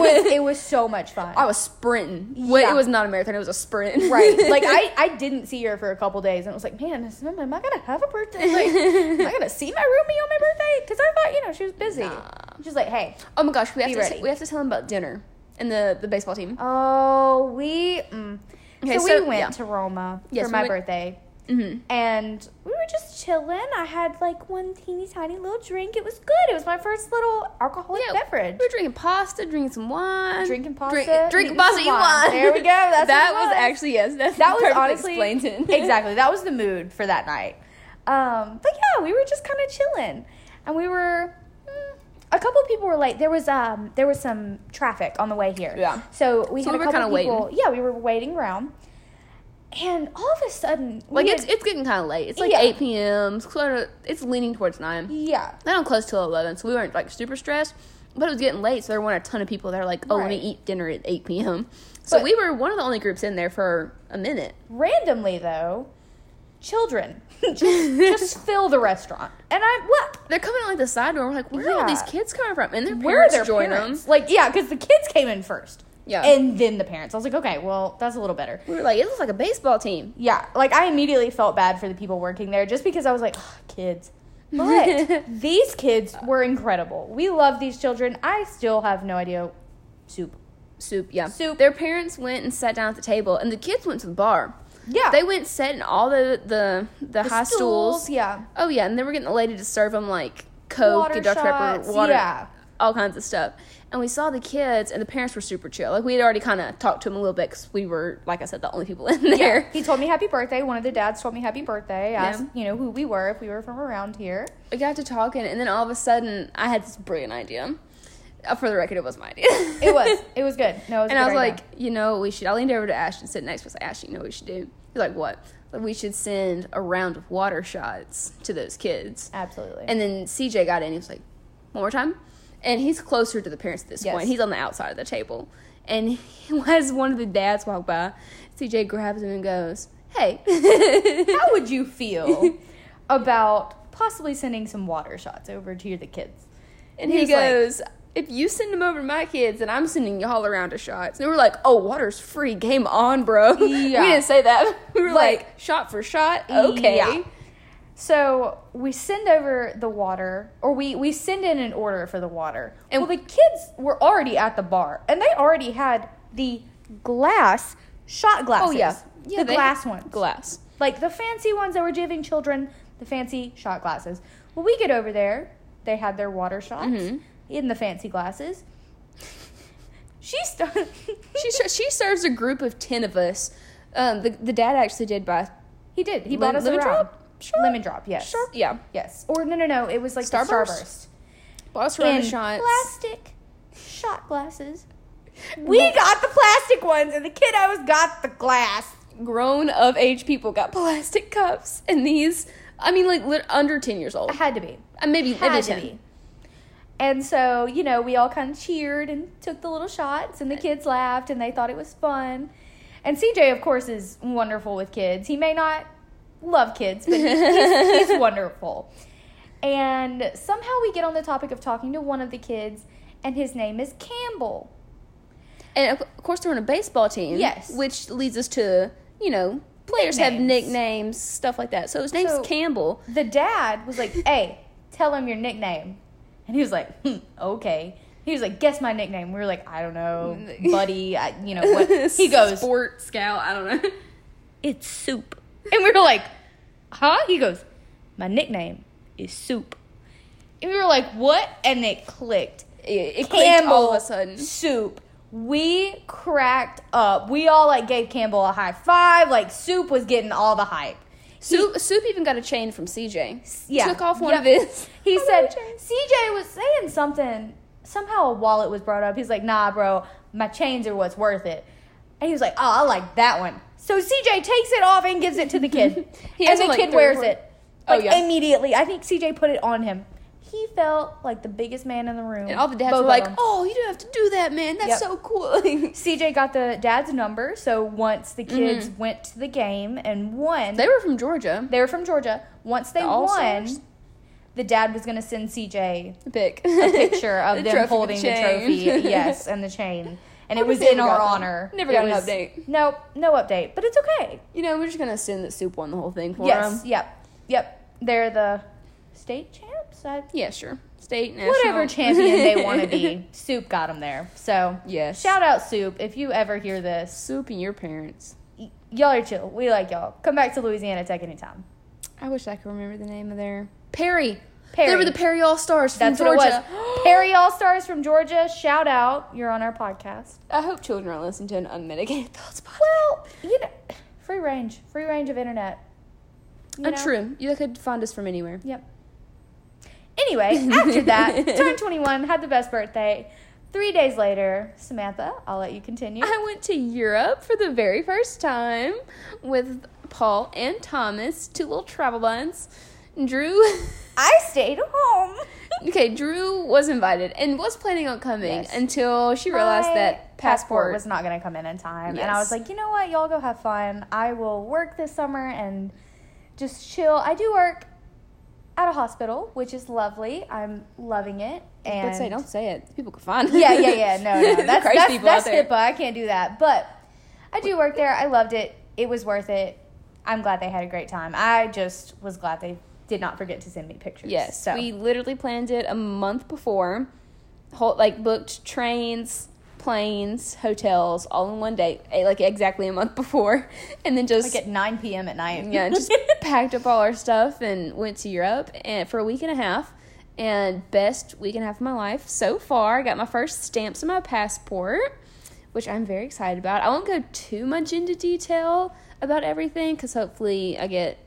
Speaker 2: was, it was so much fun.
Speaker 1: I was sprinting. Wait,
Speaker 2: Yeah.
Speaker 1: it was not a marathon. It was a sprint.
Speaker 2: Right. Like I, I didn't see her for a couple days and I was like, man, is- am I gonna have a birthday? Like, am I gonna see my roomie on my birthday? Because I thought, you know, she was busy.
Speaker 1: Nah.
Speaker 2: She's like, hey,
Speaker 1: Oh my gosh, we have
Speaker 2: Be
Speaker 1: to
Speaker 2: ready.
Speaker 1: we have to tell them about dinner and the the baseball team.
Speaker 2: oh, we. Mm.
Speaker 1: Okay,
Speaker 2: so,
Speaker 1: so-
Speaker 2: we went
Speaker 1: yeah.
Speaker 2: to Roma
Speaker 1: Yes,
Speaker 2: for
Speaker 1: we
Speaker 2: my
Speaker 1: went-
Speaker 2: birthday.
Speaker 1: Mhm.
Speaker 2: And we were just chilling. I had like one teeny tiny little drink. It was good. It was my first little alcoholic
Speaker 1: Yeah,
Speaker 2: beverage.
Speaker 1: We were drinking pasta, drinking some wine,
Speaker 2: Drinking pasta,
Speaker 1: drink,
Speaker 2: eating
Speaker 1: drinking pasta,
Speaker 2: some
Speaker 1: eating
Speaker 2: wine.
Speaker 1: wine.
Speaker 2: There we go, that's what
Speaker 1: that
Speaker 2: it
Speaker 1: was.
Speaker 2: was.
Speaker 1: actually yes. That,
Speaker 2: that was
Speaker 1: perfectly
Speaker 2: honestly
Speaker 1: explained it.
Speaker 2: exactly that was the mood for that night. Um, but yeah, we were just kind of chilling, and we were. mm, A couple people were late. There was um there was some traffic on the way here.
Speaker 1: Yeah.
Speaker 2: So we
Speaker 1: So
Speaker 2: had
Speaker 1: we
Speaker 2: a
Speaker 1: were
Speaker 2: couple
Speaker 1: kinda
Speaker 2: people. Yeah, we were waiting around, and all of a sudden, we
Speaker 1: Like
Speaker 2: had-
Speaker 1: it's it's getting kind of late. It's like
Speaker 2: Yeah.
Speaker 1: eight p.m. It's sort of it's leaning towards nine.
Speaker 2: yeah.
Speaker 1: Not on close till eleven, so we weren't like super stressed. But it was getting late, so there weren't a ton of people that are like, "Oh, let me
Speaker 2: Right.
Speaker 1: eat dinner at eight p.m." So
Speaker 2: But-
Speaker 1: we were one of the only groups in there for a minute.
Speaker 2: Randomly though, children just, just fill the restaurant, and I what
Speaker 1: They're coming out like the side door. We're like, "Where are all these
Speaker 2: Yeah.
Speaker 1: kids coming from?" And their parents
Speaker 2: where are their
Speaker 1: join
Speaker 2: parents?
Speaker 1: them.
Speaker 2: Like yeah, because the kids came in first.
Speaker 1: Yeah.
Speaker 2: And then the parents. I was like, okay, well that's a little better.
Speaker 1: We were like, "It looks like a baseball team."
Speaker 2: Yeah, like I immediately felt bad for the people working there just because I was like, "Ugh, kids. But these kids were incredible. We love these children. I still have no idea. Soup.
Speaker 1: Soup, yeah.
Speaker 2: Soup.
Speaker 1: Their parents went and sat down at the table, and the kids went to the bar.
Speaker 2: Yeah.
Speaker 1: They went and sat in all the the, the, high stools.
Speaker 2: Yeah.
Speaker 1: Oh yeah, and they were getting the lady to serve them like Coke
Speaker 2: Water
Speaker 1: and Dr
Speaker 2: shots,
Speaker 1: Pepper, water,
Speaker 2: yeah.
Speaker 1: all kinds of stuff. And we saw the kids, and the parents were super chill. Like we had already kind of talked to them a little bit because we were, like I said, the only people in there.
Speaker 2: He told me happy birthday. One of the dads told me happy birthday. Asked, you know, who we were, if we were from around here.
Speaker 1: We got to talking, and then all of a sudden, I had this brilliant idea. Uh, For the record, it was my idea.
Speaker 2: It was. it was good. No, it was a
Speaker 1: And I was
Speaker 2: good idea.
Speaker 1: like, you know, what we should. I leaned over to Ashton, sitting next to us. Like, Ashton, you know what we should do? He's like, what? Like, we should send a round of water shots to those kids.
Speaker 2: absolutely.
Speaker 1: And then CJ got in. He was like, one more time. And he's closer to the parents at this
Speaker 2: Yes.
Speaker 1: point. He's on the outside of the table. And he, as one of the dads walked by, CJ grabs him and goes, hey.
Speaker 2: How would you feel about possibly sending some water shots over to the kids?
Speaker 1: and
Speaker 2: He
Speaker 1: he,
Speaker 2: was like-
Speaker 1: goes, if you send them over to my kids, then I'm sending y'all a round of shots. And we were like, oh, water's free. Game on, bro.
Speaker 2: Yeah.
Speaker 1: we didn't say that. We were
Speaker 2: Like-
Speaker 1: like, shot for shot. Okay.
Speaker 2: Yeah. So we send over the water, or we, we send in an order for the water. And
Speaker 1: And-
Speaker 2: well, the kids were already at the bar, and they already had the glass shot glasses.
Speaker 1: Oh, yeah. yeah
Speaker 2: the
Speaker 1: they-
Speaker 2: glass ones,
Speaker 1: Glass.
Speaker 2: like the fancy ones that were giving children the fancy shot glasses. Well, we get over there, they had their water shots
Speaker 1: Mm-hmm.
Speaker 2: in the fancy glasses. She started.
Speaker 1: She, ser- she serves a group of 10 of us. Um, the, the dad actually did buy
Speaker 2: he did. He
Speaker 1: Lem-
Speaker 2: bought us
Speaker 1: lemon
Speaker 2: a round.
Speaker 1: drop? Sure.
Speaker 2: Lemon drop. Yes.
Speaker 1: Sure. Yeah.
Speaker 2: Yes. Or no, no, no. It was like the
Speaker 1: Starburst?
Speaker 2: Starburst.
Speaker 1: Boss
Speaker 2: in
Speaker 1: round shots.
Speaker 2: plastic shot glasses. We got the plastic ones, and the kiddos got the glass.
Speaker 1: Grown of age people got plastic cups, and these, I mean, like lit- under 10 years old.
Speaker 2: It had to be.
Speaker 1: Uh, maybe
Speaker 2: Had
Speaker 1: maybe
Speaker 2: to
Speaker 1: 10.
Speaker 2: be. And so, you know, we all kind of cheered and took the little shots, and the kids laughed, and they thought it was fun. And CJ, of course, is wonderful with kids. He may not love kids, but he- he's, he's wonderful. And somehow we get on the topic of talking to one of the kids, and his name is Campbell.
Speaker 1: And of of course, they're on a baseball team.
Speaker 2: Yes.
Speaker 1: Which leads us to, you know, players have
Speaker 2: Nicknames.
Speaker 1: nicknames, stuff like that. So his name's
Speaker 2: So-
Speaker 1: Campbell.
Speaker 2: the dad was like, "Hey, tell him your nickname," and he was like, hmm, "Okay." He was like, "Guess my nickname." We were like, "I don't know, buddy." I, you know what? He goes,
Speaker 1: Sport scout, I don't know.
Speaker 2: "It's soup," and we were like, "Huh?" He goes, "My nickname is soup," and we were like, "What?" And it clicked.
Speaker 1: It, it clicked
Speaker 2: Campbell
Speaker 1: all of a sudden.
Speaker 2: soup We cracked up. We all like gave Campbell a high five. Like Soup was getting all the hype.
Speaker 1: Soup, Soup even got a chain from CJ.
Speaker 2: Yeah.
Speaker 1: Took off one
Speaker 2: Yep.
Speaker 1: of his.
Speaker 2: He
Speaker 1: One of
Speaker 2: said
Speaker 1: his chains.
Speaker 2: CJ was saying something. Somehow a wallet was brought up. He's like, "Nah, bro, my chains are what's worth it." And he was like, "Oh, I like that one." So CJ takes it off and gives it to the kid,
Speaker 1: He
Speaker 2: and
Speaker 1: has
Speaker 2: the
Speaker 1: it, like,
Speaker 2: kid
Speaker 1: three or
Speaker 2: wears
Speaker 1: four-
Speaker 2: it.
Speaker 1: Oh,
Speaker 2: Like
Speaker 1: yeah.
Speaker 2: immediately. I think CJ put it on him. He felt like the biggest man in the room.
Speaker 1: And all the dads
Speaker 2: Both
Speaker 1: were
Speaker 2: of
Speaker 1: like,
Speaker 2: them.
Speaker 1: "Oh, you didn't have to do that, man. That's
Speaker 2: Yep.
Speaker 1: so cool."
Speaker 2: CJ got the dad's number, so once the kids went to the game and won,
Speaker 1: Mm-hmm. they were from Georgia.
Speaker 2: they were from Georgia. Once they
Speaker 1: The
Speaker 2: won,
Speaker 1: All-Stars?
Speaker 2: the dad was going to send CJ
Speaker 1: Pick
Speaker 2: a picture of them
Speaker 1: trophy
Speaker 2: holding the trophy.
Speaker 1: chain.
Speaker 2: Yes, and the chain. And
Speaker 1: Wonder
Speaker 2: it was
Speaker 1: if they
Speaker 2: in
Speaker 1: ever
Speaker 2: our
Speaker 1: got them.
Speaker 2: honor.
Speaker 1: Never
Speaker 2: It
Speaker 1: got an
Speaker 2: was-
Speaker 1: update.
Speaker 2: Nope, no update. But it's okay.
Speaker 1: You know, we're just gonna assume that Soup won the whole thing for
Speaker 2: yes,
Speaker 1: him.
Speaker 2: yep, yep. They're the state champs. I,
Speaker 1: Yeah, sure. State national.
Speaker 2: whatever champion they want to be, Soup got them there. So
Speaker 1: Yes.
Speaker 2: shout out Soup if you ever hear this.
Speaker 1: Soup and your parents.
Speaker 2: y- y'all are chill. We like y'all. Come back to Louisiana Tech anytime.
Speaker 1: I wish I could remember the name of their Perry.
Speaker 2: Perry.
Speaker 1: They were the Perry All Stars from
Speaker 2: That's
Speaker 1: Georgia.
Speaker 2: what it was. Perry All Stars from Georgia. Shout out. You're on our podcast.
Speaker 1: I hope children aren't listening to an unmedicated thoughts podcast.
Speaker 2: Well, you know, free range, free range of internet. You know?
Speaker 1: Uh, true. You could find us from anywhere.
Speaker 2: Yep. Anyway, after that, turned 21, had the best birthday. Three days later, Samantha, I'll let you continue.
Speaker 1: I went to Europe for the very first time with Paul and Thomas, two little travel buns. Drew,
Speaker 2: I stayed home.
Speaker 1: okay, Drew was invited and was planning on coming
Speaker 2: Yes.
Speaker 1: until she realized
Speaker 2: My
Speaker 1: that passport,
Speaker 2: was not going to come in in time. And I was
Speaker 1: Yes.
Speaker 2: like, you know what? Y'all go have fun. I will work this summer and just chill. I do work at a hospital, which is lovely. I'm loving it. And
Speaker 1: Don't say, don't say it. People can find it.
Speaker 2: yeah, yeah, yeah. No, no. That's
Speaker 1: Crazy
Speaker 2: that's,
Speaker 1: people
Speaker 2: that's
Speaker 1: out there.
Speaker 2: HIPAA. I can't do that. But I do work there. I loved it. It was worth it. I'm glad they had a great time. I just was glad they did not forget to send me pictures.
Speaker 1: Yes,
Speaker 2: So
Speaker 1: we literally planned it a month before. Whole, like booked trains, planes, hotels, all in one day, eh, like exactly a month before, and then just
Speaker 2: like at 9 p.m. at night.
Speaker 1: yeah, just packed up all our stuff and went to Europe and for a week and a half. And best week and a half of my life so far. I got my first stamps in my passport, which I'm very excited about. I won't go too much into detail about everything because hopefully I get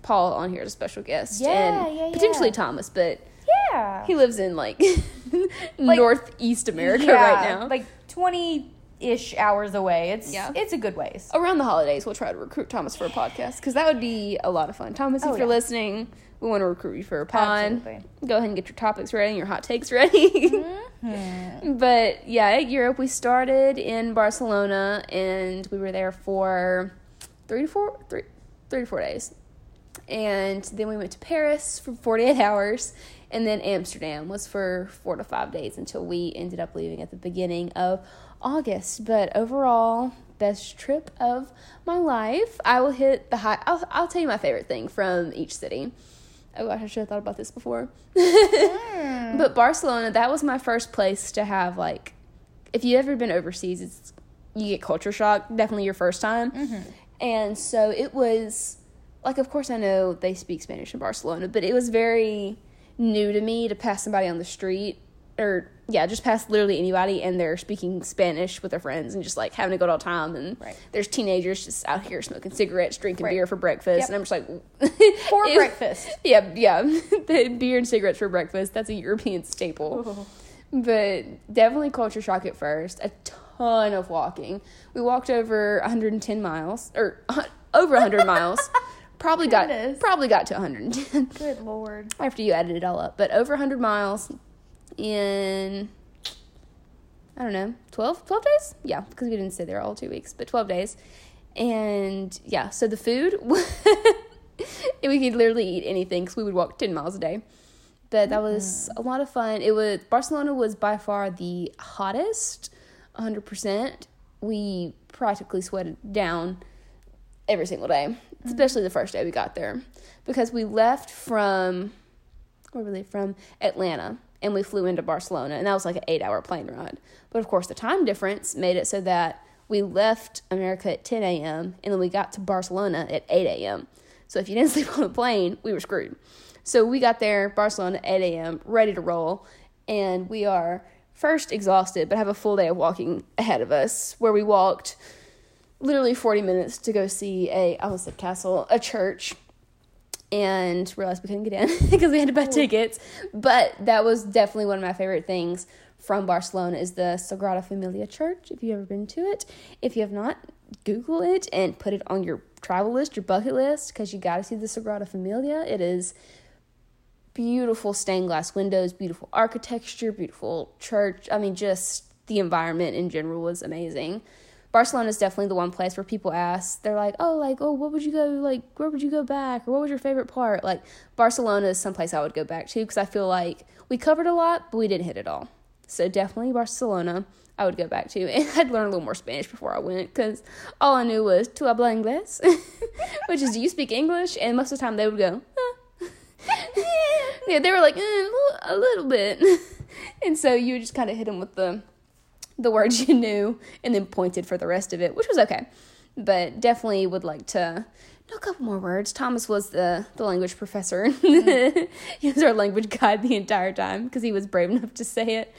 Speaker 1: Paul on here as a special guest
Speaker 2: Yeah,
Speaker 1: and
Speaker 2: yeah, yeah.
Speaker 1: potentially Thomas, but
Speaker 2: yeah.
Speaker 1: he lives in like, northeast America right
Speaker 2: Yeah,
Speaker 1: now.
Speaker 2: Like 20 ish hours away. It's
Speaker 1: Yeah. Oh.
Speaker 2: it's a good ways.
Speaker 1: around the holidays we'll try to recruit thomas for a podcast because that would be a lot of fun thomas
Speaker 2: Oh,
Speaker 1: if
Speaker 2: yeah.
Speaker 1: you're listening we want to recruit you for a pod
Speaker 2: Absolutely. Mm-hmm.
Speaker 1: go ahead and get your topics ready and your hot takes ready
Speaker 2: Hmm.
Speaker 1: but yeah at europe we started in barcelona and we were there for three to four three three to four days and then we went to paris for 48 hours and then amsterdam was for four to five days until we ended up leaving at the beginning of august but overall best trip of my life i will hit the high i'll, I'll tell you my favorite thing from each city oh gosh i should have thought about this before but barcelona that was my first place to have like if you've ever been overseas, it's you get culture shock. Definitely your first time,
Speaker 2: Mm-hmm.
Speaker 1: and so it was like. Of course, I know they speak Spanish in Barcelona, but it was very new to me to pass somebody on the street or yeah, just pass literally anybody and they're speaking Spanish with their friends and just like having a good old time. And
Speaker 2: Right.
Speaker 1: there's teenagers just out here smoking cigarettes, drinking
Speaker 2: Right.
Speaker 1: beer for breakfast,
Speaker 2: Yep.
Speaker 1: and I'm just like
Speaker 2: For
Speaker 1: it-
Speaker 2: breakfast.
Speaker 1: Yeah, yeah, the beer and cigarettes for breakfast. That's a European staple but definitely culture shock at first. A ton of walking. We walked over 110 miles or over 100 miles. Probably got
Speaker 2: Goodness.
Speaker 1: probably got to 110
Speaker 2: Good lord.
Speaker 1: after you added it all up. But over 100 miles in I don't know, 12 12 days? Yeah, because we didn't stay there all 2 weeks, but 12 days. And yeah, so the food we could literally eat anything cuz we would walk 10 miles a day. But that was a lot of fun. It was Barcelona was by far the hottest, 100%. We practically sweated down every single day, especially the first day we got there, because we left from where were they from Atlanta and we flew into Barcelona, and that was like an eight-hour plane ride. But of course, the time difference made it so that we left America at 10 a.m. and then we got to Barcelona at 8 a.m. So if you didn't sleep on the plane, we were screwed. So we got there Barcelona at 8 a.m. ready to roll, and we are first exhausted, but have a full day of walking ahead of us where we walked literally 40 minutes to go see a, I almost said castle, a church. And realized we couldn't get in because we had to buy tickets. But that was definitely one of my favorite things from Barcelona is the Sagrada Familia Church. If you've ever been to it, if you have not, Google it and put it on your travel list, your bucket list, because you got to see the Sagrada Familia. It is beautiful stained glass windows, beautiful architecture, beautiful church. I mean, just the environment in general was amazing. Barcelona is definitely the one place where people ask, they're like, oh, like, oh, what would you go, like, where would you go back? Or what was your favorite part? Like, Barcelona is someplace I would go back to because I feel like we covered a lot, but we didn't hit it all. So definitely Barcelona, I would go back to. And I'd learn a little more Spanish before I went because all I knew was tu habla inglés, which is do you speak English? And most of the time they would go, "Huh." yeah, they were like, "Eh, a little bit. and so you would just kind of hit them with the, the words you knew and then pointed for the rest of it, which was okay. But definitely would like to know a couple more words. Thomas was the, the language professor. he was our language guide the entire time because he was brave enough to say it.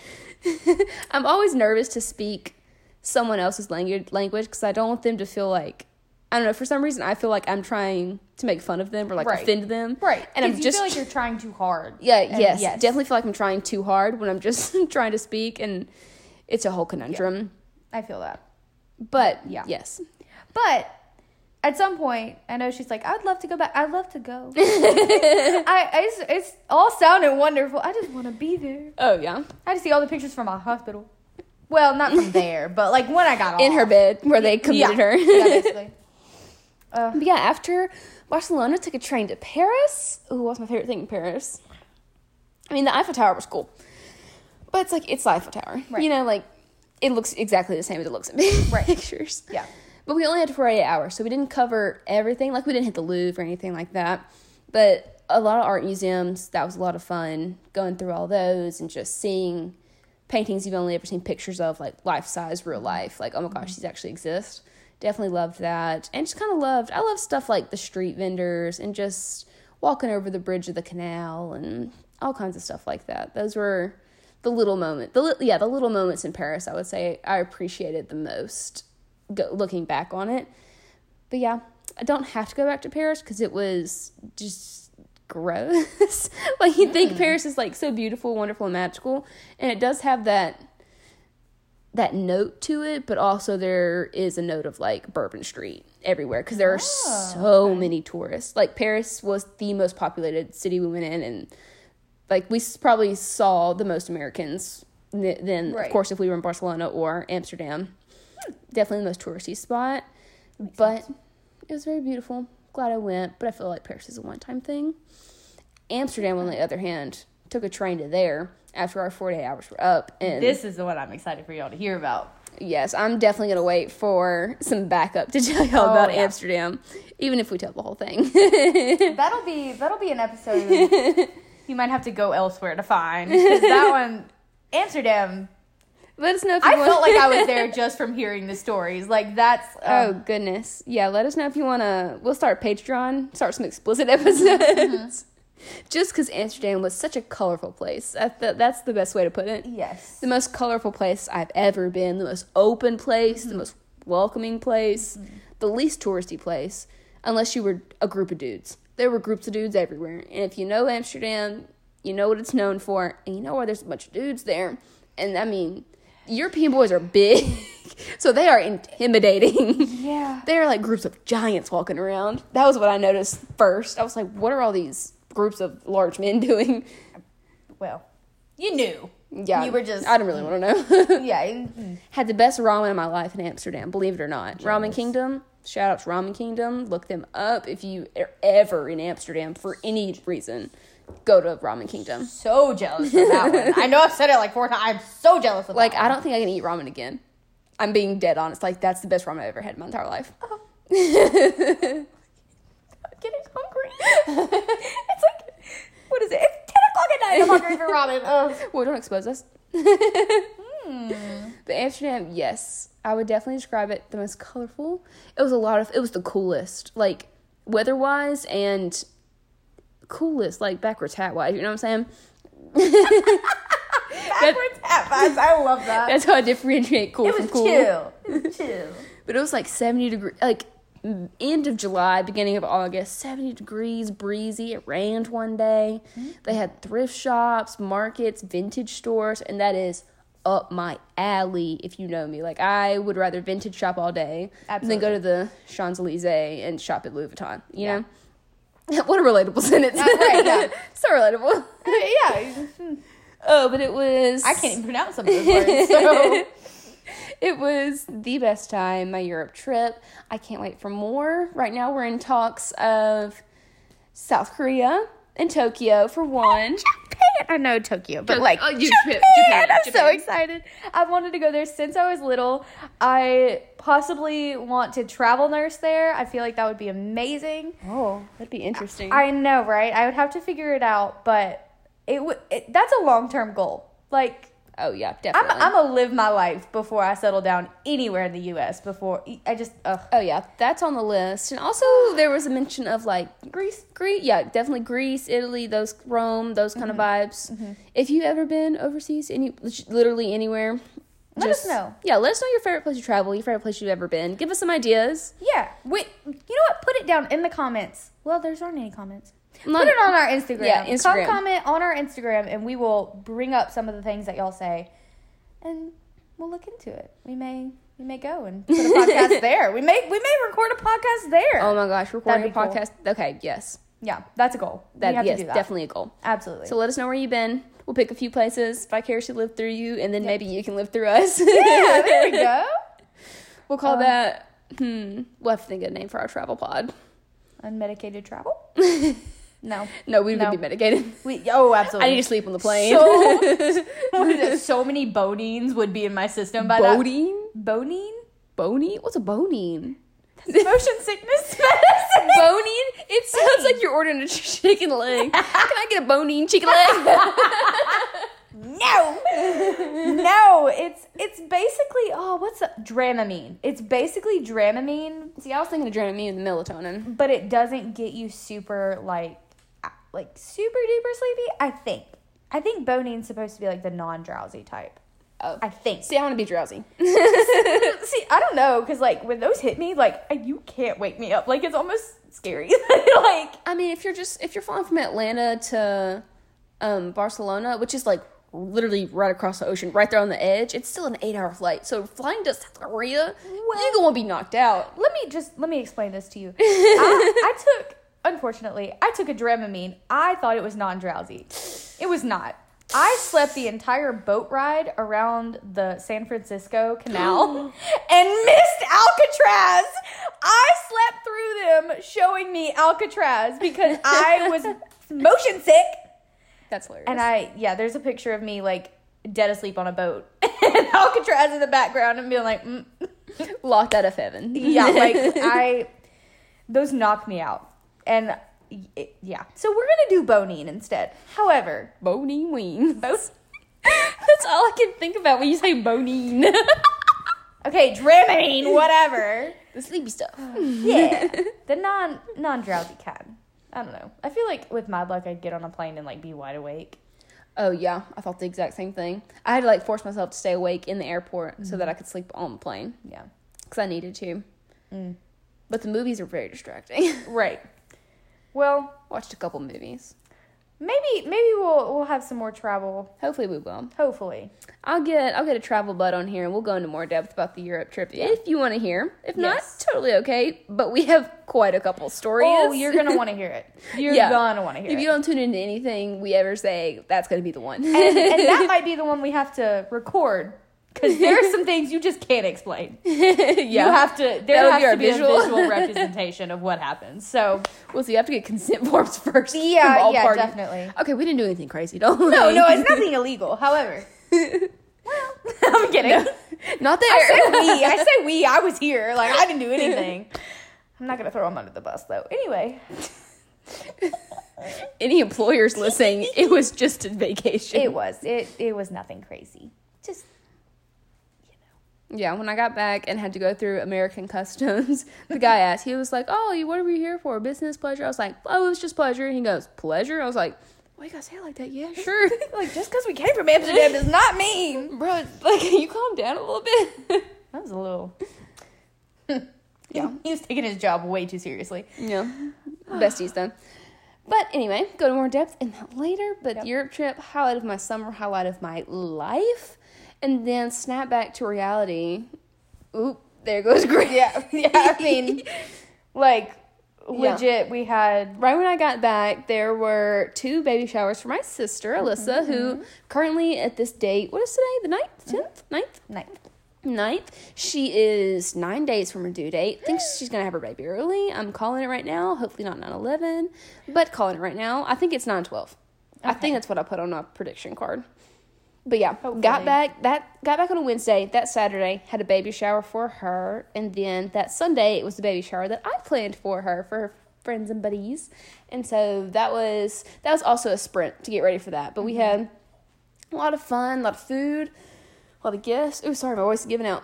Speaker 1: I'm always nervous to speak someone else's language language because I don't want them to feel like I don't know. For some reason, I feel like I'm trying to make fun of them or like
Speaker 2: Right.
Speaker 1: offend them.
Speaker 2: Right.
Speaker 1: and I'm
Speaker 2: you
Speaker 1: just
Speaker 2: feel like you're trying too hard.
Speaker 1: yeah,
Speaker 2: And
Speaker 1: yes, Definitely feel like I'm trying too hard when I'm just trying to speak, and it's a whole conundrum.
Speaker 2: I feel that.
Speaker 1: But
Speaker 2: Yeah.
Speaker 1: yes,
Speaker 2: But at some point, I know she's like, I'd love to go back. I'd love to go. I, I just- it's all sounded wonderful. I just want to be there.
Speaker 1: oh yeah,
Speaker 2: I just see all the pictures from my hospital. Well, not from there, but like when I got
Speaker 1: in her
Speaker 2: off.
Speaker 1: bed where they committed
Speaker 2: yeah.
Speaker 1: her.
Speaker 2: yeah, basically. Uh,
Speaker 1: But yeah, after Barcelona, took a train to Paris. Ooh, what's my favorite thing in Paris? I mean, the Eiffel Tower was cool, but it's like it's the Eiffel Tower.
Speaker 2: Right.
Speaker 1: You know, like it looks exactly the same as it looks in pictures.
Speaker 2: yeah.
Speaker 1: But we only had 48 hours, so we didn't cover everything. Like, we didn't hit the Louvre or anything like that. But a lot of art museums, that was a lot of fun going through all those and just seeing paintings you've only ever seen pictures of, like life size, real life. Like, oh my gosh, these actually exist. Definitely loved that. And just kind of loved, I love stuff like the street vendors and just walking over the bridge of the canal and all kinds of stuff like that. Those were the little moment the li- yeah the little moments in paris i would say i appreciated the most go, looking back on it but yeah i don't have to go back to paris because it was just gross like you think paris is like so beautiful wonderful and magical and it does have that that note to it but also there is a note of like bourbon street everywhere because there are
Speaker 2: Oh,
Speaker 1: so many tourists like paris was the most populated city we went in and like we s- probably saw the most Americans n- than
Speaker 2: Right. Hmm.
Speaker 1: of course if we were in Barcelona or Amsterdam. Definitely the most touristy spot, but it was very beautiful. Glad I went, but I feel like Paris is a one-time thing. Amsterdam, on the other hand, took a train to there after our 48 hours were up, and
Speaker 2: This is the one I'm excited for y'all to hear about.
Speaker 1: yes, I'm definitely gonna wait for some backup to tell y'all
Speaker 2: Oh,
Speaker 1: about
Speaker 2: yeah.
Speaker 1: Amsterdam, even if we tell the whole thing.
Speaker 2: That'll be that'll be an episode that you might have to go elsewhere to find 'cause that one Amsterdam.
Speaker 1: Let us know if you
Speaker 2: I
Speaker 1: want.
Speaker 2: felt like I was there just from hearing the stories. Like that's
Speaker 1: Oh
Speaker 2: um,
Speaker 1: goodness. Yeah, let us know if you wanna we'll start Patreon, start some explicit episodes.
Speaker 2: Mm-hmm.
Speaker 1: Just because Amsterdam was such a colorful place. I th- that's the best way to put it.
Speaker 2: yes.
Speaker 1: The most colorful place I've ever been, the most open place,
Speaker 2: Mm-hmm.
Speaker 1: the most welcoming place, the least touristy place, unless you were a group of dudes. There were groups of dudes everywhere. And if you know Amsterdam, you know what it's known for, and you know where there's a bunch of dudes there. And I mean, European boys are big, so they are intimidating.
Speaker 2: Yeah.
Speaker 1: They're like groups of giants walking around. That was what I noticed first. I was like, what are all these groups of large men doing?
Speaker 2: Well, you knew.
Speaker 1: Yeah.
Speaker 2: You were just
Speaker 1: I don't really want to know.
Speaker 2: yeah. you-
Speaker 1: Had the best ramen of my life in Amsterdam, believe it or not. Ramen Kingdom, shout out to Ramen Kingdom. Look them up if you are ever in Amsterdam for any reason. Go to Ramen Kingdom.
Speaker 2: So jealous of that one. I know I've said it like four times. I'm so jealous of
Speaker 1: Like,
Speaker 2: that.
Speaker 1: I don't think I can eat ramen again. I'm being dead honest. Like, that's the best ramen I've ever had in my entire life.
Speaker 2: I'm getting hungry. it's like what is it? It's ten o'clock at night. I'm hungry for ramen. Ugh.
Speaker 1: Well, don't expose us.
Speaker 3: Hmm.
Speaker 1: But Amsterdam, yes, I would definitely describe it the most colorful. It was a lot of. It was the coolest, like weather wise and coolest, like backwards hat wise. You know what I'm saying?
Speaker 2: Backwards hat
Speaker 3: yes, I love that.
Speaker 1: That's how I differentiate cool
Speaker 3: Uh, it
Speaker 1: from
Speaker 3: was
Speaker 1: cool.
Speaker 3: chill. It was chill.
Speaker 1: But it was like 70 degree, like m- end of July, beginning of August, 70 degrees, breezy. It rained one day.
Speaker 2: Mm-hmm.
Speaker 1: They had thrift shops, markets, vintage stores, and that is up my alley if you know me. Like I would rather vintage shop all day than go to the Champs Elysees and shop at Louis Vuitton. You
Speaker 2: Yeah.
Speaker 1: know, what a relatable sentence.
Speaker 2: right, yeah.
Speaker 1: so relatable.
Speaker 2: yeah,
Speaker 1: Oh, but it was
Speaker 2: I can't even pronounce some of those words. So.
Speaker 1: it was the best time my europe trip i can't wait for more right now we're in talks of south korea and tokyo for one
Speaker 2: I know Tokyo, but like
Speaker 1: oh, you-
Speaker 2: Japan,
Speaker 1: Japan,
Speaker 2: I'm so
Speaker 1: Japan.
Speaker 2: excited. I've wanted to go there since I was little. I possibly want to travel nurse there. I feel like that would be amazing.
Speaker 1: oh that'd be interesting
Speaker 2: I know, right? I would have to figure it out, but it, would. it that's a long term goal. Like
Speaker 1: oh yeah
Speaker 2: I'm
Speaker 1: definitely
Speaker 2: I'm gonna live my life before I settle down anywhere in the U.S. Before e, I just ugh.
Speaker 1: Oh yeah, that's on the list. And also there was a mention of like Greece, Greece. Yeah, definitely Greece, Italy, those Rome, those kind
Speaker 2: Mm-hmm.
Speaker 1: of vibes. If you've ever been overseas, any literally anywhere,
Speaker 2: Let us know.
Speaker 1: Yeah, let us know your favorite place you travel, your favorite place you've ever been. Give us some ideas.
Speaker 2: Yeah. Wait. You know what? Put it down in the comments. Well, there's aren't any comments.
Speaker 1: Not-
Speaker 2: Put it on our Instagram.
Speaker 1: Yeah, Instagram.
Speaker 2: Come comment on our Instagram, and we will bring up some of the things that y'all say, and we'll look into it. We may we may go and put a podcast there. We may we may record a podcast there.
Speaker 1: Oh my gosh, recording a
Speaker 2: That'd be cool.
Speaker 1: podcast. Okay, yes,
Speaker 2: yeah, that's a goal. we
Speaker 1: that
Speaker 2: have
Speaker 1: yes
Speaker 2: to do that.
Speaker 1: definitely a goal.
Speaker 2: Absolutely.
Speaker 1: So let us know where you've been. We'll pick a few places vicariously live through you, and then maybe you can live through us.
Speaker 2: yeah, there we go. Um,
Speaker 1: we'll call that. Hmm. We'll have to think of a name for our travel pod.
Speaker 2: Unmedicated travel. No.
Speaker 1: No, we
Speaker 2: No.
Speaker 1: would be medicated.
Speaker 2: We, oh, absolutely.
Speaker 1: I need to sleep on the plane.
Speaker 2: So, what is it? so many bonines would be in my system
Speaker 1: uh,
Speaker 2: by that.
Speaker 1: Bodine?
Speaker 2: Bonine?
Speaker 1: Bonine? What's a bonine?
Speaker 2: Motion sickness medicine.
Speaker 1: bonine? It sounds like you're ordering a chicken leg. Can I get a bonine chicken leg?
Speaker 2: No, no, it's it's basically oh, what's the Dramamine? It's basically Dramamine,
Speaker 1: See, I was thinking of Dramamine and melatonin.
Speaker 2: but it doesn't get you super like uh, like super duper sleepy. I think I think bonine's supposed to be like the non drowsy type.
Speaker 1: Oh.
Speaker 2: I think.
Speaker 1: See, I want to be drowsy.
Speaker 2: See, I don't know, cause like when those hit me, like I- you can't wake me up. Like it's almost scary. like
Speaker 1: I mean, if you're just if you're flying from Atlanta to um, Barcelona, which is like literally right across the ocean, right there on the edge, it's still an eight-hour flight. So flying to South Korea, you're gonna be knocked out.
Speaker 2: let me just let me explain this to you. I, I took unfortunately, I took a Dramamine. I thought it was non-drowsy. It was not. I slept the entire boat ride around the San Francisco Canal and missed Alcatraz. I slept through them showing me Alcatraz because I was motion sick.
Speaker 1: That's hilarious.
Speaker 2: And I, yeah, there's a picture of me like dead asleep on a boat and Alcatraz in the background and being like, mm.
Speaker 1: locked out of heaven.
Speaker 2: yeah, like I, those knock me out. And it, yeah, so we're gonna do bonine instead. However,
Speaker 1: bonine wings. That's all I can think about when you say bonine.
Speaker 2: okay, Dramamine, whatever.
Speaker 1: the sleepy stuff.
Speaker 2: Yeah, the non non drowsy kind. I don't know. I feel like with my luck, I'd get on a plane and like be wide awake.
Speaker 1: Oh yeah, I thought the exact same thing. I had to like force myself to stay awake in the airport so that I could sleep on the plane
Speaker 2: Yeah,
Speaker 1: because I needed to.
Speaker 2: Mm.
Speaker 1: But the movies are very distracting.
Speaker 2: right. Well,
Speaker 1: Watched a couple movies.
Speaker 2: maybe maybe we'll we'll have some more travel.
Speaker 1: Hopefully we will.
Speaker 2: Hopefully,
Speaker 1: I'll get I'll get a travel bud on here and we'll go into more depth about the Europe trip if you want to hear. If
Speaker 2: Yes.
Speaker 1: not, totally okay. But we have quite a couple stories.
Speaker 2: Oh, you're gonna want to hear it. You're
Speaker 1: Yeah.
Speaker 2: gonna want to hear
Speaker 1: If
Speaker 2: it.
Speaker 1: you don't tune into anything we ever say, that's gonna be the one.
Speaker 2: and, and that might be the one we have to record because there are some things you just can't explain.
Speaker 1: yeah.
Speaker 2: You have to. There
Speaker 1: That'll
Speaker 2: has
Speaker 1: be our
Speaker 2: to be
Speaker 1: visual.
Speaker 2: a visual representation of what happens. So
Speaker 1: Well, so you have to get consent forms first. from
Speaker 2: Yeah,
Speaker 1: all
Speaker 2: yeah,
Speaker 1: parties.
Speaker 2: definitely.
Speaker 1: Okay, we didn't do anything crazy, don't we?
Speaker 2: no, no, it's nothing illegal. However, well, I'm kidding.
Speaker 1: not
Speaker 2: I
Speaker 1: there.
Speaker 2: say we. I say we. I was here. Like I didn't do anything. I'm not gonna throw him under the bus though. Anyway,
Speaker 1: Any employers listening, it was just a vacation.
Speaker 2: it was it. It was nothing crazy. Just
Speaker 1: yeah, when I got back and had to go through American Customs, the guy asked, he was like, Oh, you- what are we here for? Business pleasure? I was like, Oh, it was just pleasure. And he goes, Pleasure? I was like, Why you gotta say it like that? Yeah,
Speaker 2: Sure. like just because we came from Amsterdam does not mean
Speaker 1: Bro, it's like, can you calm down a little bit?
Speaker 2: that was a little. yeah, he was taking his job way too seriously.
Speaker 1: no. Besties, then. But anyway, go to more depth in that later. But
Speaker 2: Yep.
Speaker 1: Europe trip, highlight of my summer, highlight of my life. And then snap back to reality. Oop, there goes Greg.
Speaker 2: Yeah, yeah. I mean, like legit, we had
Speaker 1: Right when I got back, there were two baby showers for my sister, Alyssa,
Speaker 2: Mm-hmm.
Speaker 1: who currently at this date, what is today? The 9th? 10th? ninth,
Speaker 2: ninth.
Speaker 1: 9th? 9th. She is nine days from her due date. Thinks she's going to have her baby early. I'm calling it right now. Hopefully not 9 11, but calling it right now. I think it's 9 12. I think that's what I put on my prediction card. But yeah,
Speaker 2: Hopefully.
Speaker 1: got back that got back on a Wednesday. That Saturday had a baby shower for her, and then that Sunday it was the baby shower that I planned for her for her friends and buddies. And so that was that was also a sprint to get ready for that. But we had a lot of fun, a lot of food, a lot of gifts. Oh, sorry, my voice is giving out.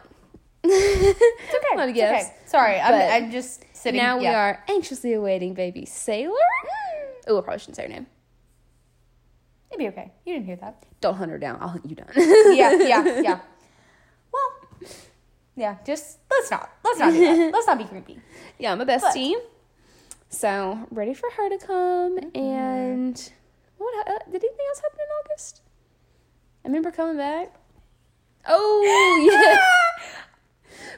Speaker 1: it's
Speaker 2: It's
Speaker 1: A
Speaker 2: okay.
Speaker 1: lot of
Speaker 2: it's
Speaker 1: gifts.
Speaker 2: okay. Sorry,
Speaker 1: But
Speaker 2: I'm, I'm just sitting.
Speaker 1: Now we
Speaker 2: yeah. Mm.
Speaker 1: are anxiously awaiting baby Sailor. Oh, I probably shouldn't say her name.
Speaker 2: It'd be okay. You didn't hear that.
Speaker 1: Don't hunt her down. I'll hunt you down.
Speaker 2: yeah, yeah, yeah. Well, yeah. Just let's not. Let's not do that. Let's not be creepy.
Speaker 1: yeah, my bestie. So ready for her to come. And what uh, did anything else happen in August? I remember coming back. Oh yeah.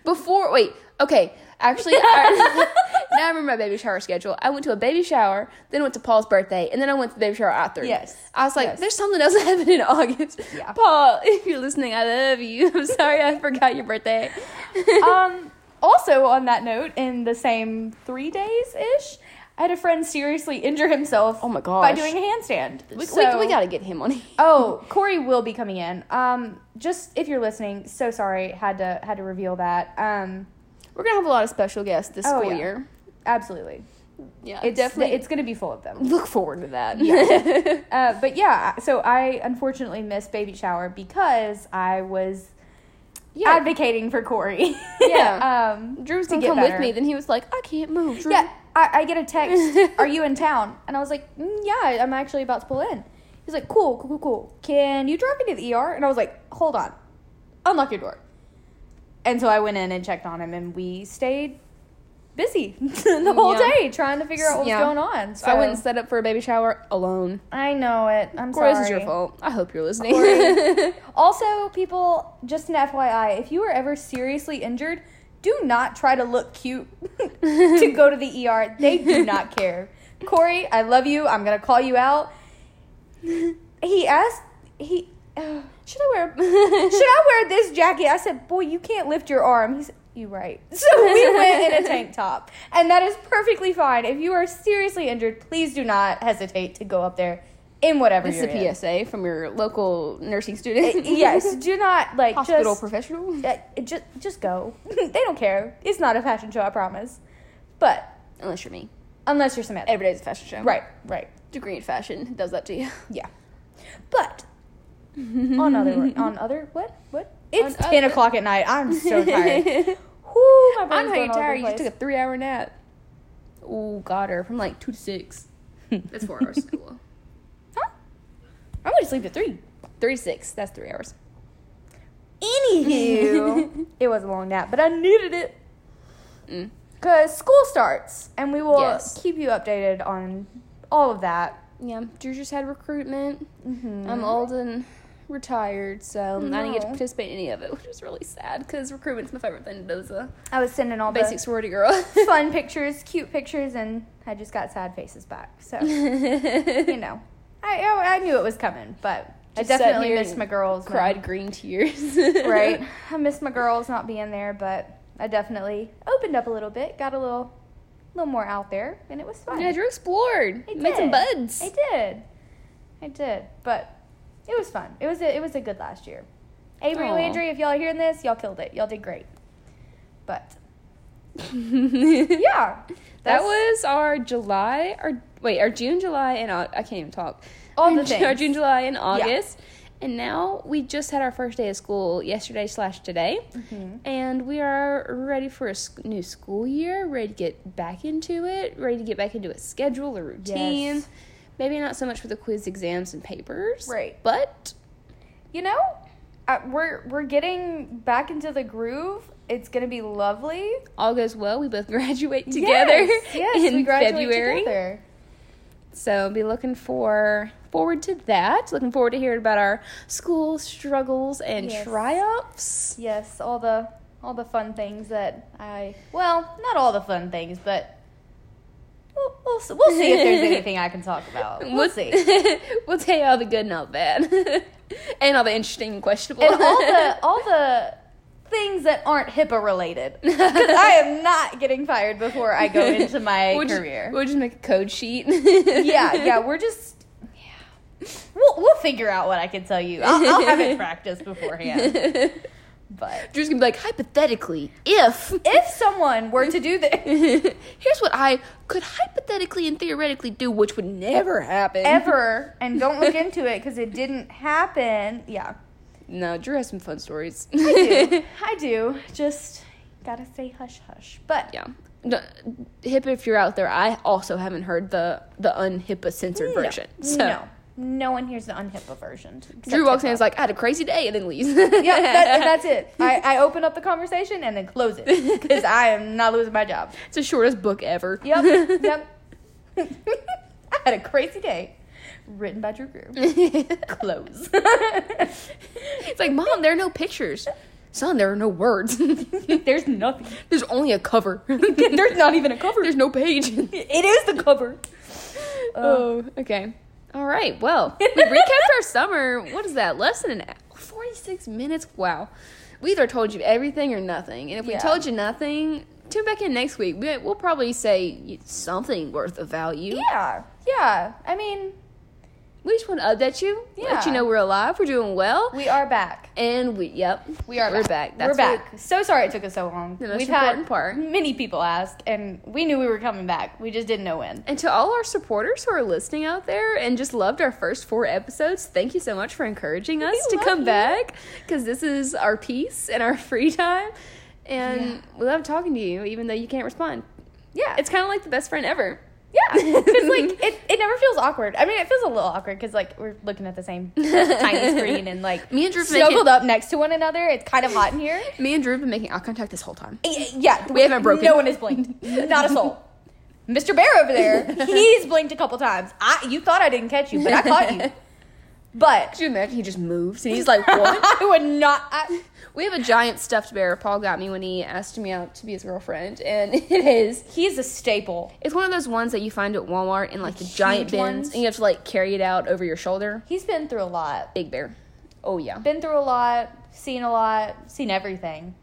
Speaker 1: Before wait, okay. Actually, I, now I remember my baby shower schedule. I went to a baby shower, then went to Paul's birthday, and then I went to the baby shower after.
Speaker 2: Yes.
Speaker 1: I was like,
Speaker 2: Yes.
Speaker 1: "There's something else that happened in August."
Speaker 2: Yeah.
Speaker 1: Paul, if you're listening, I love you. I'm sorry I forgot your birthday.
Speaker 2: um, also, on that note, in the same three days ish, I had a friend seriously injure himself.
Speaker 1: Oh my
Speaker 2: By
Speaker 1: gosh.
Speaker 2: doing a handstand.
Speaker 1: we,
Speaker 2: So-
Speaker 1: we, we gotta get him on here.
Speaker 2: Oh, Corey will be coming in. Um, just if you're listening, so sorry, had to had to reveal that. Um,
Speaker 1: We're gonna have a lot of special guests this
Speaker 2: Oh,
Speaker 1: school
Speaker 2: yeah.
Speaker 1: year.
Speaker 2: absolutely.
Speaker 1: Yeah,
Speaker 2: It's
Speaker 1: definitely.
Speaker 2: it's gonna be full of them.
Speaker 1: look forward to that.
Speaker 2: Uh, but yeah, so I unfortunately missed baby shower because I was
Speaker 1: Yeah.
Speaker 2: advocating for Corey.
Speaker 1: Yeah.
Speaker 2: um,
Speaker 1: Drew's
Speaker 2: to
Speaker 1: gonna
Speaker 2: get
Speaker 1: come
Speaker 2: better.
Speaker 1: with me. Then he was like, "I can't move." Drew.
Speaker 2: Yeah, I, I get a text. Are you in town? And I was like, mm, Yeah, I'm actually about to pull in. He's like, Cool, cool, cool, cool. Can you drive me to the ER? And I was like, Hold on, unlock your door. And so I went in and checked on him, and we stayed busy the whole
Speaker 1: Yeah.
Speaker 2: day trying to figure out what
Speaker 1: Yeah.
Speaker 2: was going on. So
Speaker 1: So I wouldn't set up for a baby shower alone.
Speaker 2: I know it. I'm
Speaker 1: Corey, this
Speaker 2: sorry.
Speaker 1: is your fault. I hope you're listening.
Speaker 2: Corey. also, people, just an FYI, if you are ever seriously injured, do not try to look cute to go to the ER. They do not care. Corey, I love you. I'm gonna call you out. He asked, he uh, should I wear should I wear this jacket? I said, boy, you can't lift your arm. He said, you right. So we went in a tank top, and that is perfectly fine. If you are seriously injured, please do not hesitate to go up there in whatever
Speaker 1: This
Speaker 2: you're in. Eh,
Speaker 1: is a PSA from your local nursing student.
Speaker 2: yes, do not like
Speaker 1: hospital
Speaker 2: just,
Speaker 1: professional.
Speaker 2: just just go. they don't care. It's not a fashion show, I promise. But
Speaker 1: Unless you're me,
Speaker 2: unless you're Samantha,
Speaker 1: every day's a fashion show.
Speaker 2: right, right,
Speaker 1: degree in fashion does that to you.
Speaker 2: yeah. But on other on other what what? It's
Speaker 1: On
Speaker 2: ten
Speaker 1: other-
Speaker 2: o'clock at night. I'm so tired. Whew, my brain's
Speaker 1: I'm
Speaker 2: going
Speaker 1: hanging
Speaker 2: all over
Speaker 1: tired.
Speaker 2: the
Speaker 1: You just
Speaker 2: place.
Speaker 1: took a three hour nap. Oh, got her from like two to six. That's four hours. Cool.
Speaker 2: Huh? I'm going to sleep at three.
Speaker 1: Three to six. That's three hours.
Speaker 2: Anywho, it was a long nap, but I needed it
Speaker 1: Mm.
Speaker 2: because school starts, and we will
Speaker 1: Yes.
Speaker 2: keep you updated on all of that. Mm-hmm.
Speaker 1: Yeah, Drew just had recruitment. I'm old and retired, so I didn't get to
Speaker 2: No.
Speaker 1: participate in any of it, which is really sad because recruitment's my favorite thing to do as a
Speaker 2: I was sending all
Speaker 1: basic
Speaker 2: the
Speaker 1: sorority girl.
Speaker 2: fun pictures, cute pictures, and I just got sad faces back. So you know, I I, I knew it was coming, but
Speaker 1: Just
Speaker 2: I
Speaker 1: sat
Speaker 2: definitely
Speaker 1: here
Speaker 2: missed
Speaker 1: and
Speaker 2: my girls. man.
Speaker 1: Cried green tears.
Speaker 2: right? I missed my girls not being there, but I definitely opened up a little bit, got a little, little more out there, and it was fun.
Speaker 1: Yeah, Drew explored.
Speaker 2: I
Speaker 1: Made some
Speaker 2: did.
Speaker 1: buds.
Speaker 2: I did, I did, but it was fun. It was a, it was a good last year. Avery
Speaker 1: Aw.
Speaker 2: Landry, if y'all are hearing this, y'all killed it. Y'all did great, but yeah,
Speaker 1: That
Speaker 2: that's
Speaker 1: was our July, or wait, our June, July, and Au- I can't even talk.
Speaker 2: All the
Speaker 1: Our
Speaker 2: things.
Speaker 1: June, July, and August, and now we just had our first day of school yesterday slash today,
Speaker 2: Mm-hmm. hmm.
Speaker 1: and we are ready for a s- new school year. Ready to get back into it. Ready to get back into a schedule, a routine.
Speaker 2: Yes.
Speaker 1: Maybe not so much for the quiz exams and papers.
Speaker 2: Right.
Speaker 1: But
Speaker 2: You know, uh, we're we're getting back into the groove. It's gonna be lovely.
Speaker 1: all goes well. We both graduate together
Speaker 2: Yes, yes,
Speaker 1: in
Speaker 2: we graduate
Speaker 1: February.
Speaker 2: together.
Speaker 1: So be looking for forward to that. Looking forward to hearing about our school struggles and
Speaker 2: Yes.
Speaker 1: triumphs.
Speaker 2: Yes, all the all the fun things that I well, not all the fun things, but we'll we'll, s- we'll see if there's anything I can talk about. We'll see.
Speaker 1: we'll tell you all the good and all the bad. and all the interesting and questionable.
Speaker 2: and all the all the things that aren't HIPAA related. 'Cause I am not getting fired before I go into my
Speaker 1: we'll just-
Speaker 2: career.
Speaker 1: we'll just make a code sheet.
Speaker 2: yeah, yeah, we're just yeah. We'll we'll figure out what I can tell you. I'll, I'll have it practiced beforehand. But
Speaker 1: Drew's gonna be like, hypothetically, if
Speaker 2: if someone were to do this
Speaker 1: here's what I could hypothetically and theoretically do, which would never happen.
Speaker 2: ever and don't look into it because it didn't happen, yeah.
Speaker 1: No, Drew has some fun stories.
Speaker 2: I do. I do. Just gotta say hush hush. But
Speaker 1: yeah. No, HIPAA, if you're out there, I also haven't heard the the unHIPAA censored
Speaker 2: no,
Speaker 1: version. So
Speaker 2: no, no one hears the unHIPAA version.
Speaker 1: Drew walks in and
Speaker 2: and
Speaker 1: is like, I had a crazy day, and then leaves.
Speaker 2: yeah, that, that's it. I, I open up the conversation and then close it because I am not losing my job.
Speaker 1: It's the shortest book ever.
Speaker 2: Yep, yep. I had a crazy day. Written by Drew Greer. Close.
Speaker 1: It's like, Mom, there are no pictures. Son, there are no words.
Speaker 2: There's nothing.
Speaker 1: There's only a cover.
Speaker 2: There's not even a cover.
Speaker 1: There's no page.
Speaker 2: It is the cover.
Speaker 1: Oh, okay. All right. Well, we recapped our summer. What is that? Less than an hour. 46 minutes? Wow. We either told you everything or nothing. And if we
Speaker 2: Yeah.
Speaker 1: told you nothing, tune back in next week. We- We'll probably say something worth of value.
Speaker 2: Yeah, yeah. I mean,
Speaker 1: We just want to update you, let you
Speaker 2: Yeah.
Speaker 1: know we're alive, we're doing well.
Speaker 2: we are back.
Speaker 1: and we, yep.
Speaker 2: We are
Speaker 1: We're back. That's
Speaker 2: we're back. so sorry it took us so long.
Speaker 1: The most
Speaker 2: We've
Speaker 1: important
Speaker 2: had
Speaker 1: part.
Speaker 2: many people ask, and we knew we were coming back. We just didn't know when.
Speaker 1: And to all our supporters who are listening out there and just loved our first four episodes, thank you so much for encouraging us to
Speaker 2: love
Speaker 1: come
Speaker 2: you.
Speaker 1: back because this is our peace and our free time. And we love talking to you, even though you can't respond.
Speaker 2: Yeah,
Speaker 1: It's kind of like the best friend ever.
Speaker 2: yeah. It's like it, it never feels awkward. I mean, it feels a little awkward because like we're looking at the same tiny screen and like
Speaker 1: Me and Drew have been
Speaker 2: snuggled
Speaker 1: making-
Speaker 2: up next to one another. It's kind of hot in here.
Speaker 1: Me and Drew have been making eye contact this whole time.
Speaker 2: Y- Yeah,
Speaker 1: We haven't broken.
Speaker 2: No one has blinked. Not a soul. Mr. Bear over there, he's blinked a couple times. I, you thought I didn't catch you, but I caught you. But
Speaker 1: Could you imagine? He just moves and he's like, what?
Speaker 2: I would not. I,
Speaker 1: we have a giant stuffed bear Paul got me when he asked me out to be his girlfriend. And it is
Speaker 2: he's a staple.
Speaker 1: It's one of those ones that you find at Walmart in like the giant
Speaker 2: huge
Speaker 1: bins,
Speaker 2: ones?
Speaker 1: and you have to like carry it out over your shoulder.
Speaker 2: He's been through a lot.
Speaker 1: Big bear. Oh yeah.
Speaker 2: Been through a lot. Seen a lot. Seen everything.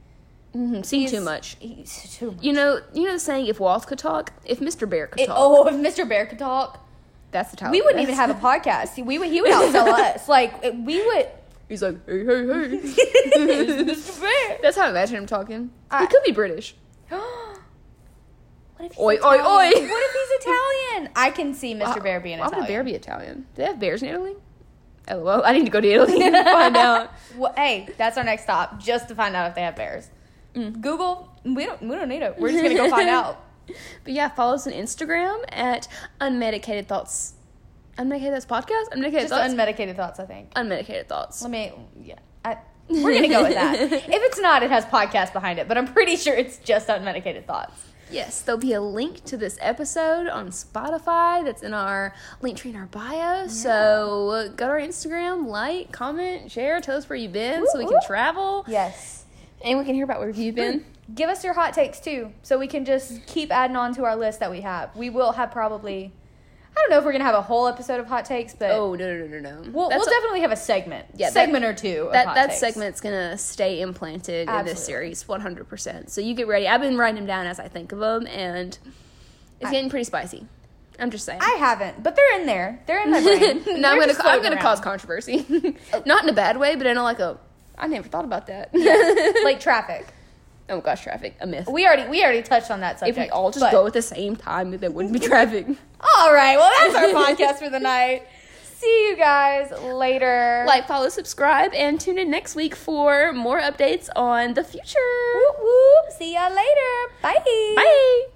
Speaker 1: hmm Seen too
Speaker 2: He's-
Speaker 1: much.
Speaker 2: He's too much.
Speaker 1: You know, you know the saying: if walls could talk, if Mr. Bear could
Speaker 2: It-
Speaker 1: talk,
Speaker 2: oh, if Mr. Bear could talk,
Speaker 1: that's the title.
Speaker 2: we
Speaker 1: of
Speaker 2: wouldn't
Speaker 1: this.
Speaker 2: even have a podcast. He- We would. He would outsell us. Like it- we would.
Speaker 1: He's like, hey, hey, hey.
Speaker 2: Mr. Bear.
Speaker 1: That's how I imagine him talking. he
Speaker 2: I-
Speaker 1: could be British.
Speaker 2: what if he's
Speaker 1: Oi, oi,
Speaker 2: Italian?
Speaker 1: oi.
Speaker 2: What if he's Italian? I can see Mr. Bear being
Speaker 1: Why
Speaker 2: Italian.
Speaker 1: would a bear be Italian? Do they have bears in Italy? LOL. I need to go to Italy and find out.
Speaker 2: Well, hey, that's our next stop, just to find out if they have bears.
Speaker 1: Mm.
Speaker 2: Google. We don't. We don't need it. We're just gonna go find out.
Speaker 1: But yeah, follow us on Instagram at unmedicated thoughts. Unmedicated thoughts podcast. Unmedicated
Speaker 2: Just
Speaker 1: thoughts.
Speaker 2: unmedicated thoughts. I think.
Speaker 1: unmedicated thoughts.
Speaker 2: Let me. Yeah. I, we're gonna go with that. if it's not, it has podcast behind it, but I'm pretty sure it's just unmedicated thoughts.
Speaker 1: Yes, there'll be a link to this episode on Spotify that's in our link tree in our bio. So uh, go to our Instagram, like, comment, share, tell us where you've been so we can
Speaker 2: Woo-woo.
Speaker 1: travel Mm-hmm.
Speaker 2: Yes.
Speaker 1: and we can hear about where you've been.
Speaker 2: Give us your hot takes too, so we can just keep adding on to our list that we have. We will have probably. I don't know if we're gonna have a whole episode of hot takes, but
Speaker 1: Oh, no, no, no, no, no.
Speaker 2: we'll,
Speaker 1: That's
Speaker 2: we'll definitely have a segment.
Speaker 1: Yeah, that-
Speaker 2: segment or two. Of
Speaker 1: that,
Speaker 2: hot
Speaker 1: that
Speaker 2: takes.
Speaker 1: segment's gonna stay implanted in this
Speaker 2: Absolutely.
Speaker 1: series 100%. So you get ready. I've been writing them down as I think of them, and it's getting pretty spicy. I'm just saying.
Speaker 2: I haven't, but they're in there. They're in my brain.
Speaker 1: no, I'm
Speaker 2: They're
Speaker 1: gonna
Speaker 2: just
Speaker 1: I'm
Speaker 2: floating
Speaker 1: gonna
Speaker 2: around.
Speaker 1: cause controversy, not in a bad way, but in a like a I never thought about that.
Speaker 2: like traffic.
Speaker 1: Oh gosh, traffic. A myth.
Speaker 2: We already we already touched on that
Speaker 1: if
Speaker 2: subject.
Speaker 1: we all just
Speaker 2: but-
Speaker 1: go at the same time, there wouldn't be traffic.
Speaker 2: All right. Well, that's our podcast for the night. See you guys later.
Speaker 1: like, follow, subscribe, and tune in next week for more updates on the future.
Speaker 2: whoop whoop. See ya later. Bye.
Speaker 1: Bye.